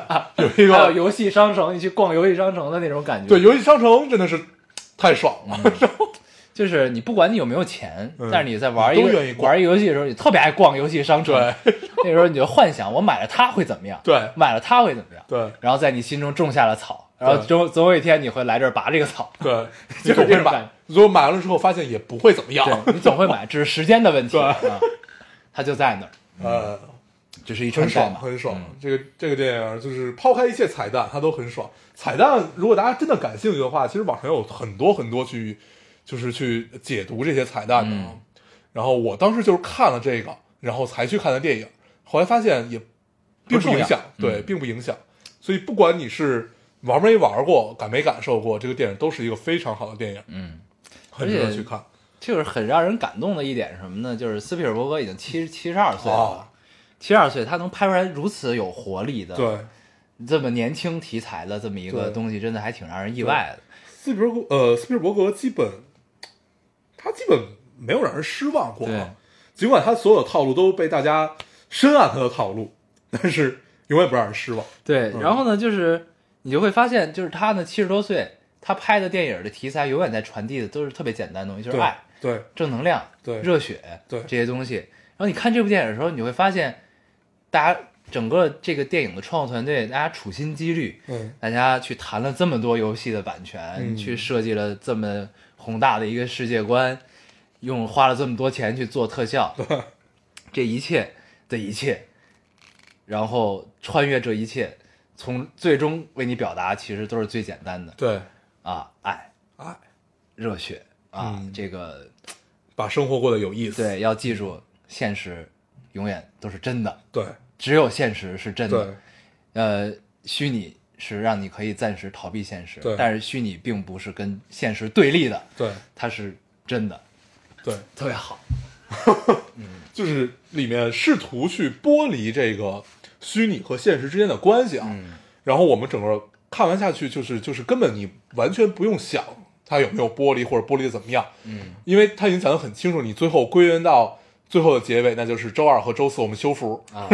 有一
还有
个
游戏商城，你去逛游戏商城的那种感觉，
对游戏商城真的是太爽了，
嗯就是你不管你有没有钱，
嗯
但是你在玩一
你都愿意
个
逛
玩一个游戏的时候，你特别爱逛游戏商城。
对
那时候你就幻想我买了它会怎么样，
对
买了它会怎么样，
对
然后在你心中种下了草，然后
对
总总有一天你会来这儿拔这个草，
对，
就是
你总
这
会
种感
买，如果买完了之后发现也不会怎么样，
对你总会买，只是时间的问题。
对
啊，它就在那儿，嗯
呃，
只是一串
很
代
爽
码。
很爽，
嗯
这个这个电影就是抛开一切彩蛋，它都很爽。彩蛋如果大家真的感兴趣的话，其实网上有很多很多去就是去解读这些彩蛋的啊。
嗯
然后我当时就是看了这个，然后才去看的电影，后来发现也并不
重要嗯
影响，对，并不影响。所以不管你是玩没玩过、感没感受过，这个电影都是一个非常好的电影，
嗯，
很值
而
得
且
去看。
就是很让人感动的一点是什么呢？就是斯皮尔伯格已经七七十二岁
哦
了，七十二岁他能拍出来如此有活力的，
对，
这么年轻题材的这么一个
对
东西，真的还挺让人意外的。
斯皮尔伯呃，斯皮尔伯格基本他基本没有让人失望过啊，
对
尽管他所有套路都被大家深谙他的套路，但是永远不让人失望。
对，然后呢，就是你就会发现，就是他呢，七十多岁，他拍的电影的题材永远在传递的都是特别简单的东西，就是
对
爱、
对
正能量、
对
热血，
对
这些东西。然后你看这部电影的时候，你会发现，大家整个这个电影的创作团队，大家处心积虑，
嗯，
大家去谈了这么多游戏的版权，
嗯
去设计了这么宏大的一个世界观，用花了这么多钱去做特 效，这一切的一切，然后穿越这一切，从最终为你表达，其实都是最简单的
对，
啊，爱、
爱，
热血啊，
嗯
这个
把生活过得有意思。
对，要记住，现实永远都是真的，
对
只有现实是真的
对。
呃，虚拟是让你可以暂时逃避现实
对，
但是虚拟并不是跟现实对立的，
对
它是真的，
对，
特别好。
就是里面试图去剥离这个虚拟和现实之间的关系啊。
嗯
然后我们整个看完下去，就是就是根本你完全不用想它有没有剥离或者剥离的怎么样，嗯，因为它已经讲得很清楚，你最后归源到最后的结尾，那就是周二和周四我们修复，
啊，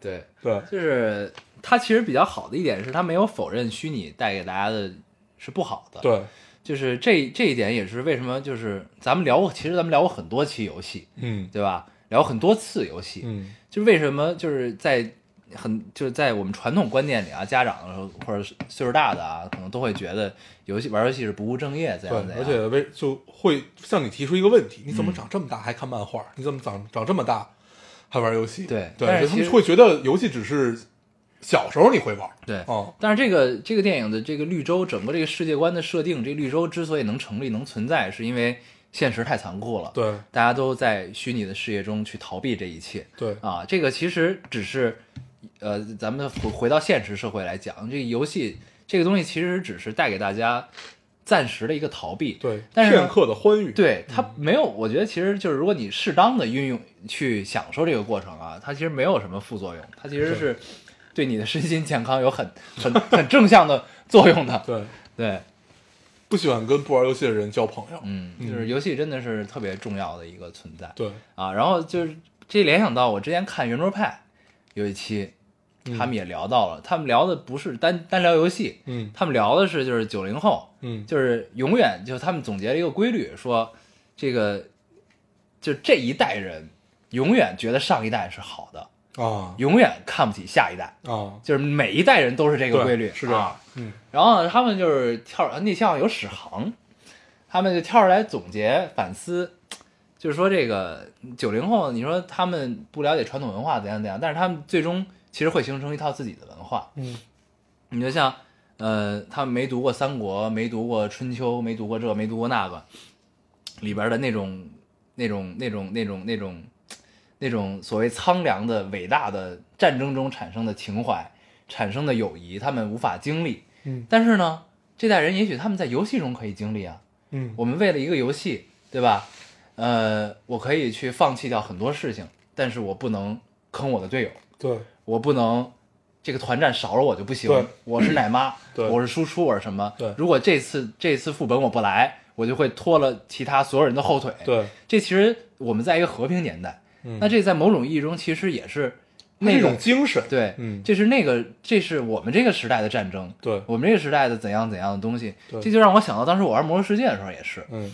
对，
对
就是它其实比较好的一点是，它没有否认虚拟带给大家的是不好的，，
对，
就是这这一点也是为什么就是咱们聊过，其实咱们聊过很多期游戏，
嗯
对吧？聊过很多次游戏，
嗯
就是为什么就是在很就是在我们传统观念里啊，家长的时候或者是岁数大的啊，可能都会觉得游戏玩游戏是不务正业，怎
对
样怎，样。
而且为就会向你提出一个问题：你怎么长这么大还看漫画？你怎么长长这么大还玩游戏？
对
对，
但是
就他
其
们
实
会觉得游戏只是小时候你会玩，
对，
哦，
但是这个这个电影的这个绿洲整个这个世界观的设定，这绿洲之所以能成立能存在，是因为现实太残酷了。，
对
大家都在虚拟的世界中去逃避这一切。
对
啊，这个其实只是，呃，咱们回回到现实社会来讲，这个游戏这个东西其实只是带给大家暂时的一个逃避。
对，
但是呢
片刻的欢愉，
对它没有，我觉得其实就是如果你适当的运用去享受这个过程啊，它其实没有什么副作用，它其实是对你的身心健康有很很很正向的作用的。
对，
对，
不喜欢跟不玩游戏的人交朋友，
嗯，就是游戏真的是特别重要的一个存在
对，
啊。然后就是这联想到我之前看圆桌派有一期他们也聊到了，他们聊的不是单单聊游戏，
嗯
他们聊的是就是九零后，
嗯
就是永远就是他们总结了一个规律，说这个就这一代人永远觉得上一代是好的，
啊
永远看不起下一代，
啊，
就是每一代人都是这个
对
规律，
是这样
啊
嗯
然后呢，他们就是跳那天好像有史航，他们就跳出来总结反思，就是说这个九零后，你说他们不了解传统文化怎样怎样，但是他们最终其实会形成一套自己的文化。
嗯
你就像呃，他们没读过三国，没读过春秋，没读过这，没读过那个里边的那种那种那种那种那种那种所谓苍凉的伟大的战争中产生的情怀，产生的友谊，他们无法经历。
嗯
但是呢，这代人也许他们在游戏中可以经历啊。
嗯
我们为了一个游戏，对吧？呃，我可以去放弃掉很多事情，但是我不能坑我的队友，
对
我不能这个团战少了我就不行
对。
我是奶妈，
对
我是输出，我是什么？
对
如果这次这次副本我不来，我就会拖了其他所有人的后腿。，
对，
这其实我们在一个和平年代，
嗯
那这在某种意义中其实也是
那
那
种
种
精神，
对，
嗯
这是那个，这是我们这个时代的战争，
对
我们这个时代的怎样怎样的东西
对，
这就让我想到当时我玩《魔兽世界》的时候也是，
嗯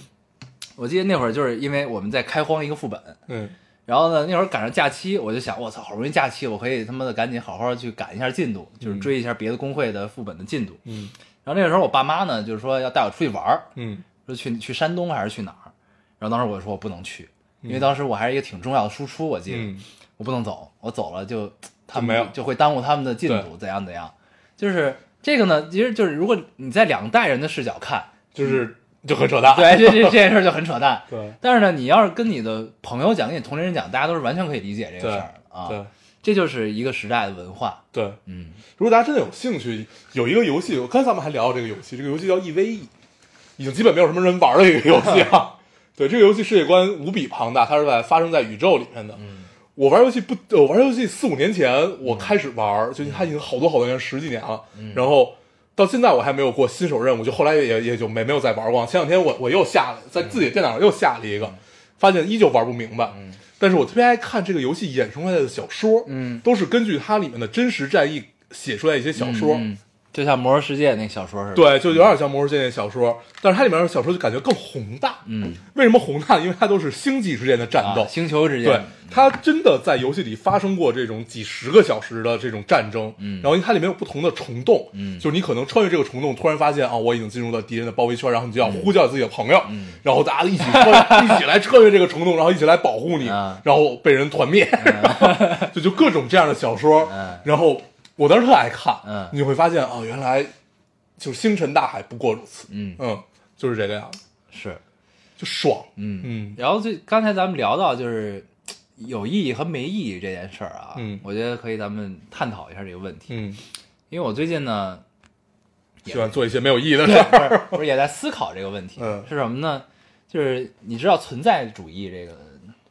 我记得那会儿就是因为我们在开荒一个副本，
嗯
然后呢那会儿赶上假期，我就想我操，好不容易假期，我可以他妈的赶紧好好去赶一下进度，就是追一下别的工会的副本的进度。
嗯
然后那个时候我爸妈呢就是说要带我出去玩儿，
嗯
说去去山东还是去哪儿，然后当时我就说我不能去，因为当时我还是一个挺重要的输出，我记得。
嗯，
我不能走，我走了就他
没有
们就会耽误他们的进度，怎样怎样。就是这个呢，其实就是如果你在两代人的视角 看，
就是嗯就很扯淡，
对这这这件事儿就很扯淡。
对
但是呢，你要是跟你的朋友讲、跟你同龄人讲，大家都是完全可以理解这个事儿的啊。
对
这就是一个时代的文化。
对。
嗯，
如果大家真的有兴趣，有一个游戏，我刚才咱们还聊到这个游戏，这个游戏叫 E EVE，已经基本没有什么人玩的一个游戏啊。对，这个游戏世界观无比庞大，它是在发生在宇宙里面的。
嗯
我玩游戏不，呃我玩游戏四五年前我开始玩，
嗯
就它已经好多好多年，十几年了。然后到现在我还没有过新手任务，就后来也也就没没有再玩过。前两天我我又下了，在自己的电脑上又下了一
嗯
个，发现依旧玩不明白。但是我特别爱看这个游戏衍生出来的小说，
嗯，
都是根据它里面的真实战役写出来一些小说，
嗯嗯就像《魔兽世界》那个小说似的。，
对，就有点像《魔兽世界》的小说，但是它里面的小说就感觉更宏大。
嗯，
为什么宏大？因为它都是星际之间的战
啊
斗，，
星球之间。
对，它真的在游戏里发生过这种几十个小时的这种战争，
嗯
然后它里面有不同的虫洞，
嗯
就是你可能穿越这个虫洞，突然发现啊，我已经进入到敌人的包围圈，然后你就要呼叫自己的朋友，
嗯
然后大家一起 穿一起来穿越这个虫洞，然后一起来保护你，
啊
然后被人团灭，然后 就就各种这样的小说，
嗯
然后我当时特爱看，
嗯
你会发现啊，原来就是星辰大海不过如此，
嗯，
嗯，就是这个样子，
是，
就爽，
嗯
嗯
然后最刚才咱们聊到就是有意义和没意义这件事儿啊，
嗯
我觉得可以咱们探讨一下这个问题，
嗯，
因为我最近 呢，
喜欢做一些没有意义的事儿。
不是不是也在思考这个问题，
嗯
是什么呢？就是你知道存在主义这个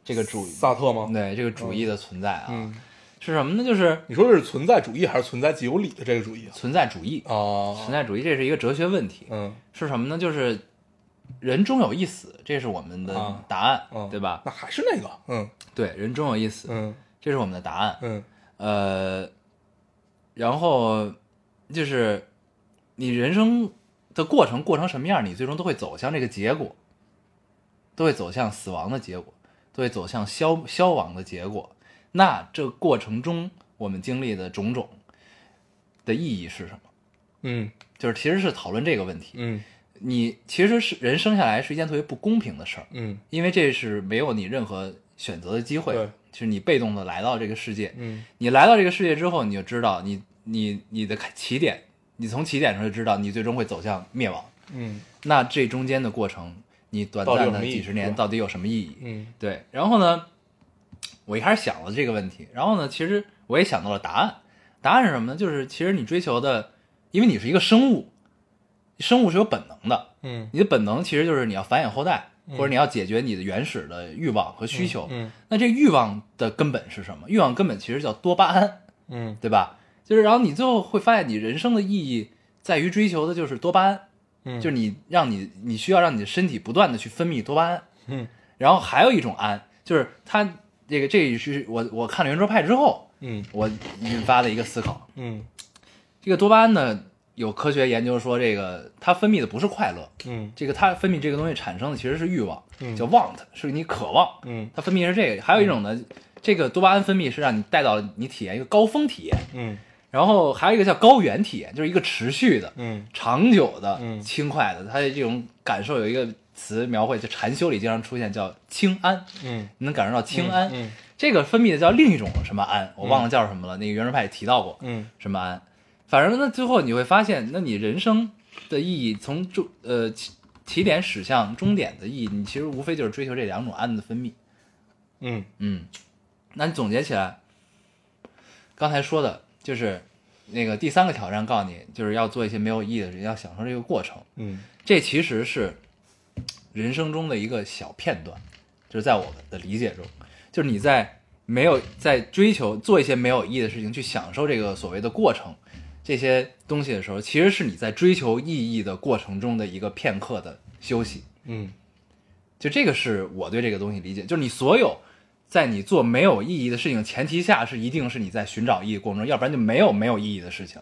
这个主
萨特吗？
对这个主义的存在啊、
嗯，
是什么呢？就是
你说的是存在主义还是存在即有理的这个主义啊？
存在主义，
啊，
存在主义这是一个哲学问题，
嗯，
是什么呢？就是人终有一死，这是我们的
啊
答案，
嗯
对吧？
那还是那个，嗯
对，人终有一死，
嗯
这是我们的答案。
嗯
呃，然后就是你人生的过程过成什么样，你最终都会走向这个结果，都会走向死亡的结果，都会走向消消亡的结果。那这过程中我们经历的种种的意义是什么？
嗯
就是其实是讨论这个问题。
嗯
你其实是人生下来是一件特别不公平的事儿，
嗯
因为这是没有你任何选择的机会
对，
就是你被动的来到这个世界。
嗯
你来到这个世界之后，你就知道你你你的开起点，你从起点上就知道你最终会走向灭亡。
嗯
那这中间的过程，你短
到底有
暂的
什么意义
几十年
对
到底有什么意义？
嗯
对，然后呢，我一开始想了这个问题，然后呢，其实我也想到了答案。答案是什么呢？就是其实你追求的，因为你是一个生物，生物是有本能的，
嗯
你的本能其实就是你要繁衍后代，或者你要解决你的原始的欲望和需求。
嗯
那这欲望的根本是什么？欲望根本其实叫多巴胺。
嗯
对吧？就是然后你最后会发现，你人生的意义在于追求的就是多巴胺，
嗯，
就是你让你你需要让你的身体不断的去分泌多巴胺，
嗯，
然后还有一种胺，就是它这个这也是我我看了《圆桌派》之后，
嗯
我引发的一个思考。
嗯
这个多巴胺呢，有科学研究说，这个它分泌的不是快乐，
嗯
这个它分泌这个东西产生的其实是欲望，叫 want，是你渴望，
嗯
它分泌是这个。还有一种呢，这个多巴胺分泌是让你带到你体验一个高峰体验，
嗯
然后还有一个叫高原体验，就是一个持续的、
嗯
长久的、
嗯
轻快的。它的这种感受有一个词描绘，就禅修里经常出现，叫清安，
嗯
你能感受到清安。
嗯
这个分泌的叫另一种什么胺，我忘了叫什么了。那个袁世派也提到过，
嗯
什么安，反正呢，最后你会发现，那你人生的意义从终呃起起点驶向终点的意义，你其实无非就是追求这两种胺的分泌。
嗯
嗯，那你总结起来，刚才说的就是那个第三个挑战，告诉你就是要做一些没有意义的事，要享受这个过程。
嗯
这其实是人生中的一个小片段，就是在我的理解中，就是你在没有在追求做一些没有意义的事情，去享受这个所谓的过程，这些东西的时候，其实是你在追求意义的过程中的一个片刻的休息。
嗯
就这个是我对这个东西理解，就是你所有在你做没有意义的事情前提下，是一定是你在寻找意义的过程中，要不然就没有没有意义的事情。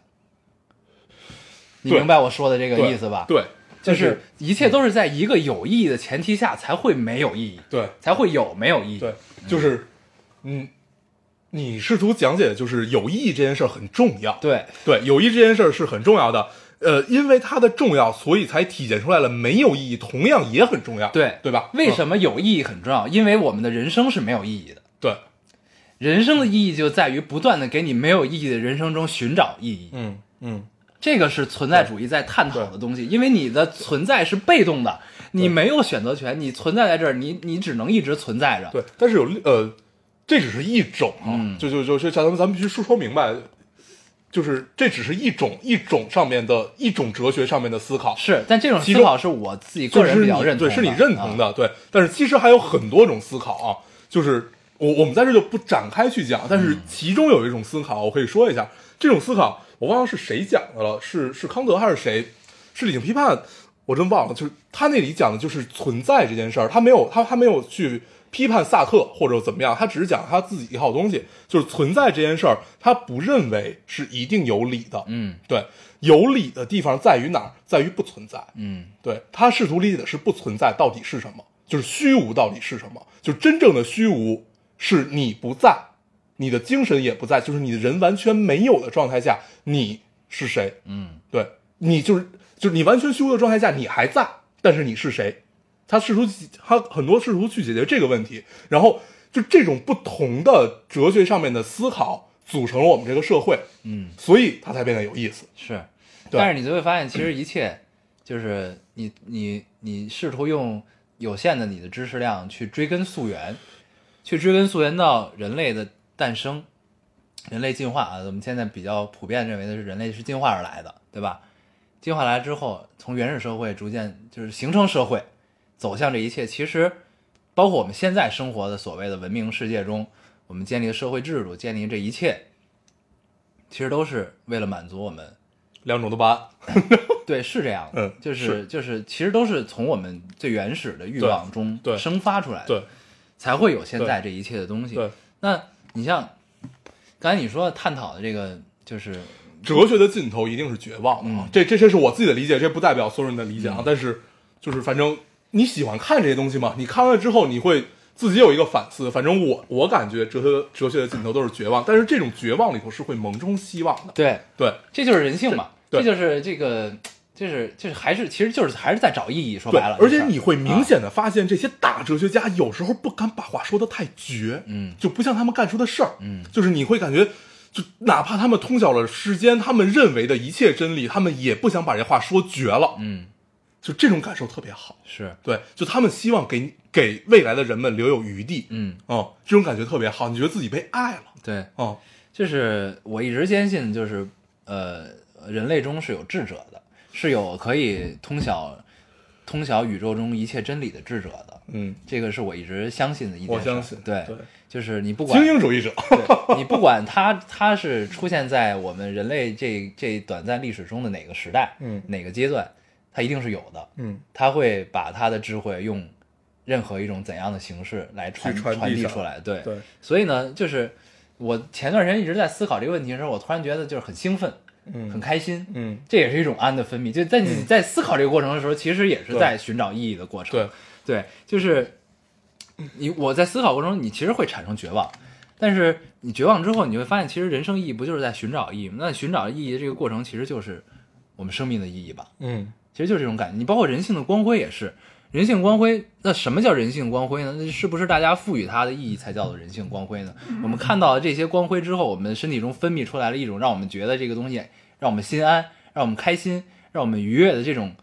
你
对
明白我说的这个
对
意思吧？
对，
就
但
是一切都是在一个有意义的前提下才会没有意义，
对
才会有没有意义。
对，就是嗯，你试图讲解的就是有意义这件事儿很重要，
对
对，有意义这件事儿是很重要的。呃，因为它的重要，所以才体现出来了没有意义，同样也很重要，
对
对吧？
为
么？
什么有意义很重要？因为我们的人生是没有意义的，
嗯对，
人生的意义就在于不断的给你没有意义的人生中寻找意义。
嗯嗯
这个是存在主义在探讨的东西，因为你的存在是被动的，你没有选择权，你存在在这儿，你你只能一直存在着。
对，但是有另呃，这只是一种啊，
嗯
就就就就像咱们咱们必须说说明白，就是这只是一种一种上面的一种哲学上面的思考，
是，但这种
其
思
中
考是我自己
就
个
是
人比较
你
认同
对，
的，
是你认同
啊
的，对。但是其实还有很多种思考啊，就是我我们在这就不展开去讲，但
嗯
是其中有一种思考，我可以说一下，这种思考我忘了是谁讲的了，是是康德还是谁？是理性批判，我真忘了。就是他那里讲的就是存在这件事儿，他没有他他没有去批判萨特或者怎么样，他只是讲他自己一套东西，就是存在这件事儿，他不认为是一定有理的。
嗯
对，有理的地方在于哪儿？在于不存在。
嗯
对他试图理解的是不存在到底是什么，就是虚无到底是什么，就真正的虚无是你不在，你的精神也不在，就是你的人完全没有的状态下，你是谁？
嗯，
对你就是就是你完全虚无的状态下，你还在，但是你是谁？他试图他很多试图去解决这个问题，然后就这种不同的哲学上面的思考，组成了我们这个社会，
嗯，
所以它才变得有意思。
是，
对
但是你就会发现，其实一切就是你你你试图用有限的你的知识量去追根溯源，去追根溯源到人类的诞生、人类进化啊。我们现在比较普遍认为的是人类是进化而来的，对吧？进化来之后，从原始社会逐渐就是形成社会，走向这一切，其实包括我们现在生活的所谓的文明世界中，我们建立的社会制度，建立这一切，其实都是为了满足我们
两种多巴胺，
对，是这样的，
嗯
就是就是，其实都是从我们最原始的欲望中
对对
生发出来的，
对
才会有现在这一切的东西。
对，
那你像刚才你说探讨的这个，就是
哲学的尽头一定是绝望的
嗯
啊！这这这是我自己的理解，这不代表所有人的理解啊。但是就是反正你喜欢看这些东西吗？你看完了之后，你会自己有一个反思。反正我我感觉哲学哲学的尽头都是绝望，但是这种绝望里头是会萌生希望的。
对，
对
这就是人性嘛，
对
这就是这个，就是就是还是其实就是还是在找意义，说
对
白了，，
而
就
且
是啊
你会明显的发现，这些大哲学家有时候不敢把话说的太绝，
嗯
就不像他们干出的事儿，
嗯
就是你会感觉。就哪怕他们通晓了世间他们认为的一切真理，他们也不想把这话说绝了，
嗯
就这种感受特别好。
是
对，就他们希望给给未来的人们留有余地，
嗯
哦、这种感觉特别好，你觉得自己被爱了，
对，
哦、
就是我一直坚信，就是呃，人类中是有智者的，是有可以通晓通晓宇宙中一切真理的智者的。
嗯，
这个是我一直相信的一件事。
我相信
对，
对
就是你不管
精英主义者，
对你不管它它是出现在我们人类这这短暂历史中的哪个时代，
嗯
哪个阶段，它一定是有的。
嗯，
他会把他的智慧用任何一种怎样的形式来传
去传递
递
上
出来。对
对
所以呢，就是我前段时间一直在思考这个问题的时候，我突然觉得就是很兴奋，
嗯
很开心，
嗯，
这也是一种胺的分泌。就在你在思考这个过程的时候，其实也是在寻找意义的过程。
对，
对，就是你我在思考过程中，你其实会产生绝望，但是你绝望之后，你会发现，其实人生意义不就是在寻找意义吗？那寻找意义的这个过程，其实就是我们生命的意义吧？
嗯
其实就是这种感觉。你包括人性的光辉也是，人性光辉，那什么叫人性光辉呢？那是不是大家赋予它的意义才叫做人性光辉呢？我们看到了这些光辉之后，我们身体中分泌出来了一种让我们觉得这个东西让我们心安、让我们开心、让我们愉悦的这种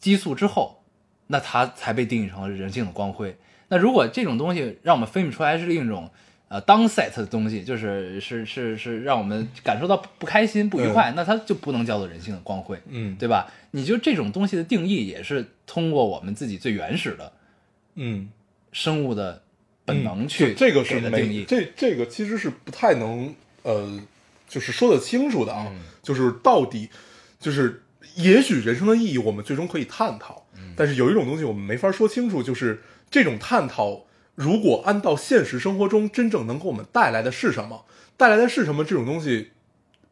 激素之后，那它才被定义成了人性的光辉。那如果这种东西让我们分泌出来是另一种呃 downset 的东西，就是是是是让我们感受到不开心、不愉快，那它就不能叫做人性的光辉。
嗯
对吧？你就这种东西的定义也是通过我们自己最原始的
嗯，
生物的本能
嗯
去
就这个
给
是
的
没
定义。
这这个其实是不太能呃，就是说得清楚的啊，
嗯
就是到底就是也许人生的意义我们最终可以探讨，
嗯
但是有一种东西我们没法说清楚，就是这种探讨如果按到现实生活中真正能给我们带来的是什么，带来的是什么这种东西。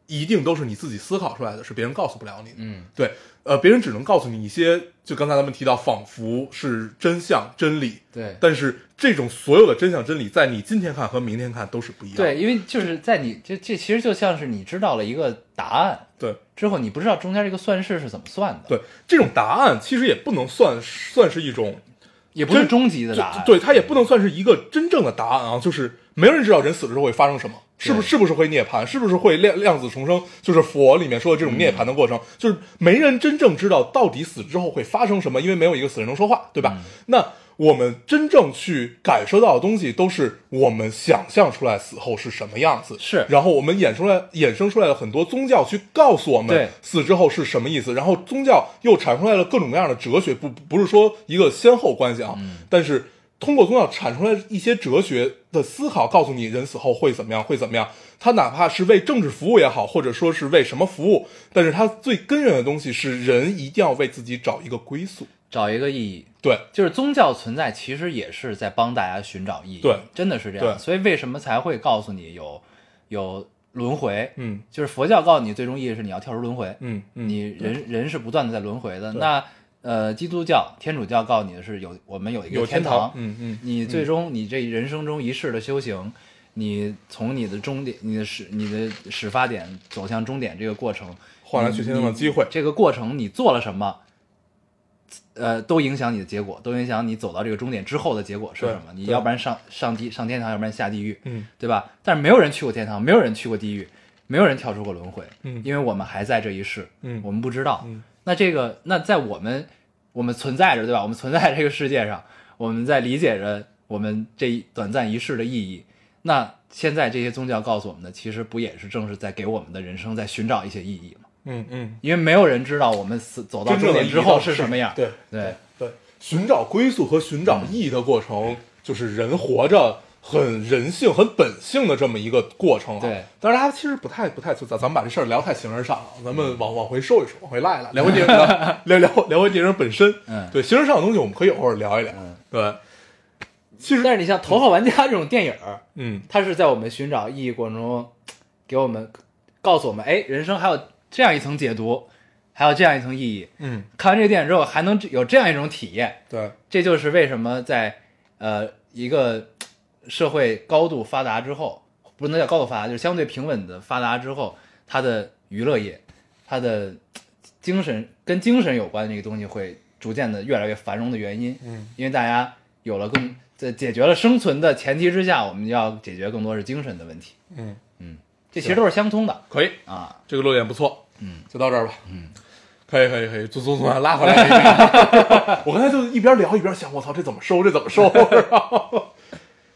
一定都是你自己思考出来的，是别人告诉不了你的。
嗯，
对，呃，别人只能告诉你一些，就刚才咱们提到，仿佛是真相、真理，
对
但是这种所有的真相真理，在你今天看和明天看都是不一样的。
对，因为就是在你这这其实就像是你知道了一个答案
对
之后，你不知道中间这个算式是怎么算的，，
对，这种答案其实也不能算算是一种，
也不是
真
终极的
就
答案，
对，它也不能算是一个真正的答案啊。就是没有人知道人死了之后会发生什么，是不
对
是不是会涅槃，是不是会量量子重生，就是佛里面说的这种涅槃的过程，
嗯
就是没人真正知道到底死之后会发生什么，因为没有一个死人能说话，对吧？
嗯
那我们真正去感受到的东西，都是我们想象出来死后是什么样子，
是
然后我们衍出来衍生出来了很多宗教去告诉我
对
们死之后是什么意思，然后宗教又产出来了各种各样的哲学，不不是说一个先后关系啊，
嗯
但是通过宗教产出来一些哲学的思考，告诉你人死后会怎么样，会怎么样。它哪怕是为政治服务也好，或者说是为什么服务，但是它最根源的东西是人一定要为自己找一个归宿。
找一个意义。
对，
就是宗教存在，其实也是在帮大家寻找意义，
对
真的是这样。
对
所以为什么才会告诉你有有轮回？
嗯
就是佛教告诉你最终意义是你要跳出轮回，
嗯嗯，
你人人是不断的在轮回的。那呃，基督教、天主教告诉你的是有我们有一
有
个
天
堂，
嗯嗯
你最终你这人生中一世的修行，你从你的终点、你的始、你的始发点走向终点这个过程，
换来去天堂的机会
你这个过程你做了什么？呃，都影响你的结果，都影响你走到这个终点之后的结果是
对
什么？你
对
要不然上上地上天堂，要不然下地狱。
嗯
对吧？但是没有人去过天堂，没有人去过地狱，没有人跳出过轮回，
嗯
因为我们还在这一世，
嗯
我们不知道。
嗯
那这个，那在我们我们存在着，对吧？我们存在这个世界上， 我们在理解着我们这一短暂一世的意义。那现在这些宗教告诉我们的，其实不也是正是在给我们的人生在寻找一些意义吗？
嗯嗯，
因为没有人知道我们死走到
真
终
正的
点之后是什么样。
对
对
对，寻找归宿和寻找意义的
嗯
过程，就是人活着很人性、很本性的这么一个过程啊。
对，
但是它其实不太不太就咱咱们把这事儿聊太形而上了，咱
嗯
们往往回收一收，往回赖一赖，聊回电影的，聊聊聊回电影本身。
嗯
对，形而上的东西我们可以偶尔聊一聊。对，其实
但是你像《头号玩家》这种电影儿，
嗯
它是在我们寻找意义过程中，给我们告诉我们，哎，人生还有这样一层解读，还有这样一层意义。
嗯，
看完这个电影之后，还能有这样一种体验，
对，
这就是为什么在呃一个社会高度发达之后，不能叫高度发达，就是相对平稳的发达之后，它的娱乐业，它的精神跟精神有关的这个东西会逐渐的越来越繁荣的原因，
嗯，
因为大家有了更在解决了生存的前提之下，我们要解决更多是精神的问题，
嗯，
这其实都是相通的
可以，
啊。
这个落点不错，
嗯，
就到这儿吧，嗯，可以可以可以，总总算拉回来了一 下。我刚才就一边聊一边想，我操，这怎么收？这怎么 收？然后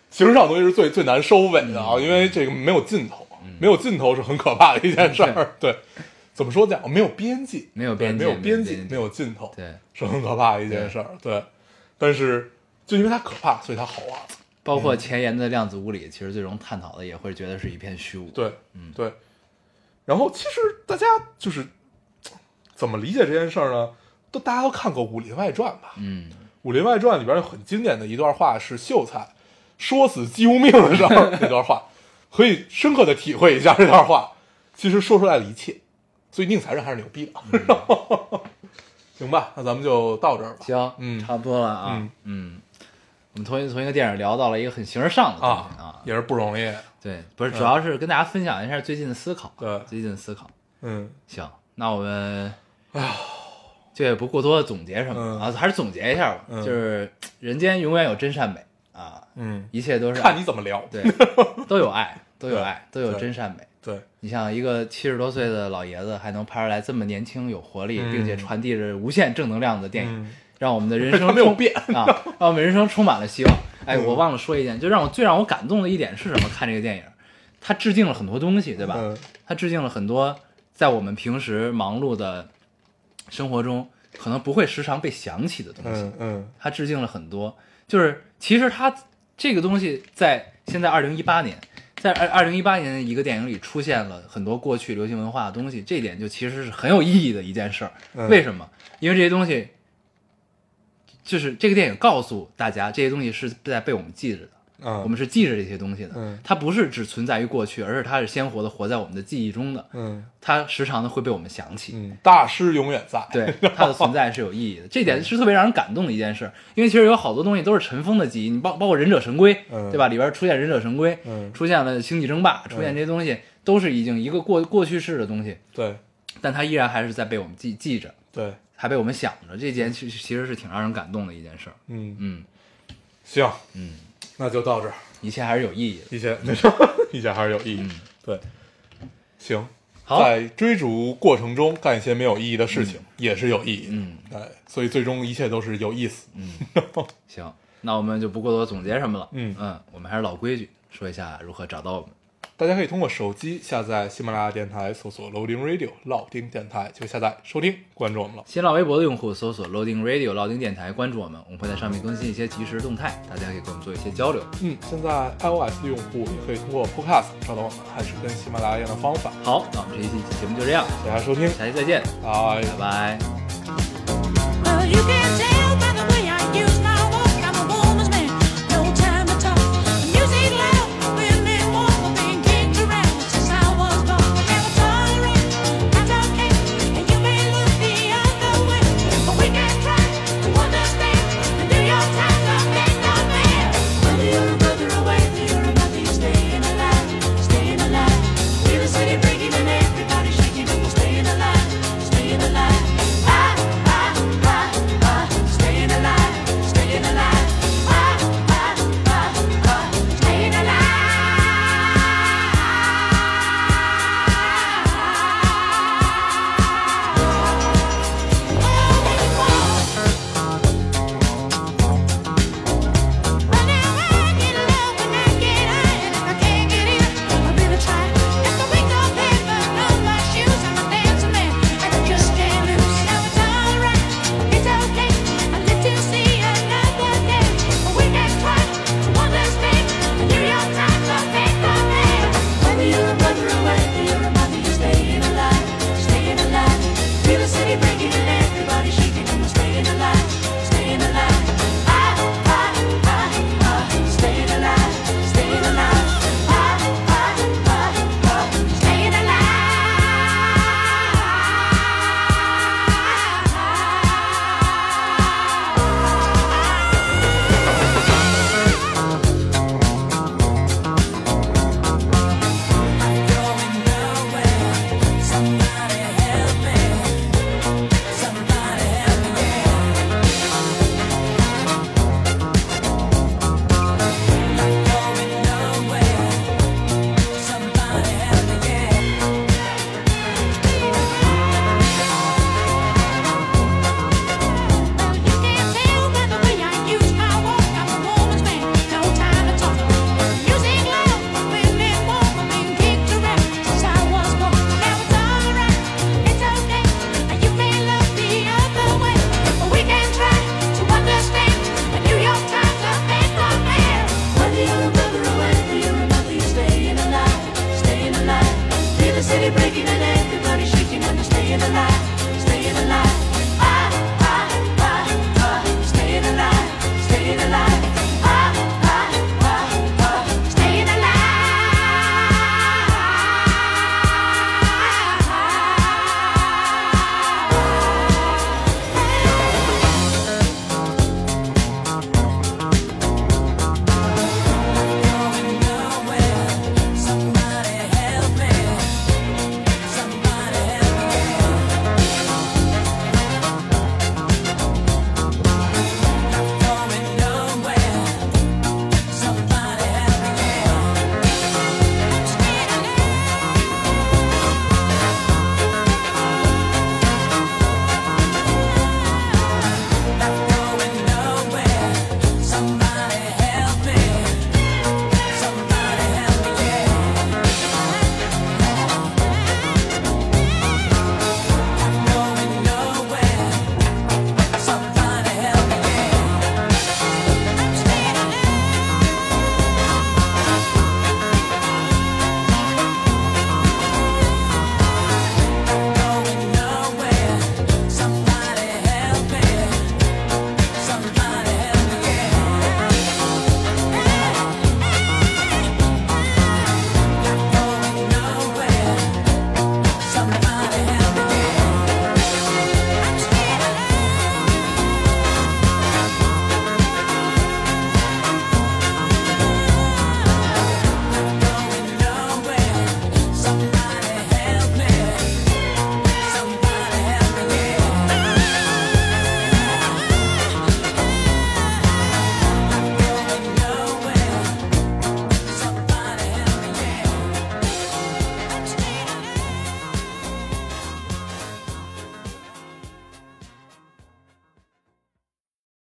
形式上的东西是最最难收尾的啊，因为这个没有尽头，没有尽头是很可怕的一件事儿。对，怎么说讲？没有边际，
没有
对
边界
没有
没有
边际
边，界
没有尽头，
对，
是很可怕的一件事儿。对，但是就因为它可怕，所以它好啊玩。
包括前沿的量子物理，其实最终探讨的也会觉得是一片虚无。
对，嗯，对。然后其实大家就是怎么理解这件事儿呢？都大家都看过《武林外传》吧？
嗯，
《武林外传》里边有很经典的一段话是秀才说死姬无命的时候 那段话，可以深刻的体会一下这段话，其实说出来了一切，所以宁采臣还是牛逼的， 行吧？那咱们就到这儿吧。
嗯行，
嗯
差不多了啊，
嗯
嗯，我们从从一个电影聊到了一个很形而上的东西啊
啊，，也是不容易。
对，不是，主要是跟大家分享一下最近的思考，
对
最近的思考。
嗯，
行，那我们，就也不过多地总结什么、
哎嗯
啊，还是总结一下吧，
嗯
就是人间永远有真善美啊，
嗯，
一切都是
看你怎么聊。
对，都有爱，都有爱，都有真善美。
对，
你像一个七十多岁的老爷子，还能拍出来这么年轻、有活力，
嗯
并且传递着无限正能量的电影，
嗯
让我们的人 生
没有
充
变
啊，让我们人生充满了希望。哎，
嗯
我忘了说一件，就让我最让我感动的一点是什么？看这个电影，他致敬了很多东西，对吧？
嗯
他致敬了很多在我们平时忙碌的生活中可能不会时常被想起的东西。
嗯嗯
他致敬了很多，就是其实他这个东西在现在二零一八年，在二二零一八年的一个电影里出现了很多过去流行文化的东西，这一点就其实是很有意义的一件事儿。
嗯
为什么？因为这些东西，就是这个电影告诉大家，这些东西是在被我们记着的。
嗯，
我们是记着这些东西的，
嗯
它不是只存在于过去，而是它是鲜活的活在我们的记忆中的，
嗯
它时常的会被我们想起，
嗯，大师永远在。
对它的存在是有意义的，这点是特别让人感动的一件事，因为其实有好多东西都是尘封的记忆，你包包括忍者神龟，
嗯
对吧？里边出现忍者神龟，
嗯
出现了星际争霸，出现这些东西、都是已经一个过过去式的东西，
对
但它依然还是在被我们记记着，
对，
还被我们想着，这件其实其实是挺让人感动的一件事，
嗯，
嗯，
行，嗯，那就到这儿。
一切还是有意义的。
以 前没错，以前还是有意义。对，行，
嗯好
在追逐过程中干一些没有意义的事情、也是有意义的。
嗯，
哎，所以最终一切都是有意思。
行，那我们就不过多总结什么了。
嗯
我们还是老规矩，说一下如何找到我们。
大家可以通过手机下载喜马拉雅电台，搜索 Loading Radio 老丁电台就下载收听，关注我们了。
新浪微博的用户搜索 Loading Radio 老丁电台，关注我们，我们会在上面更新一些即时动态，大家可以跟我们做一些交流。
嗯，现在 iOS 的用户也可以通过 Podcast 找到我们，还是跟喜马拉雅一样的方法。
好，那我们这一期节目就这样，
大家收听，
下期再见，
拜。
拜拜。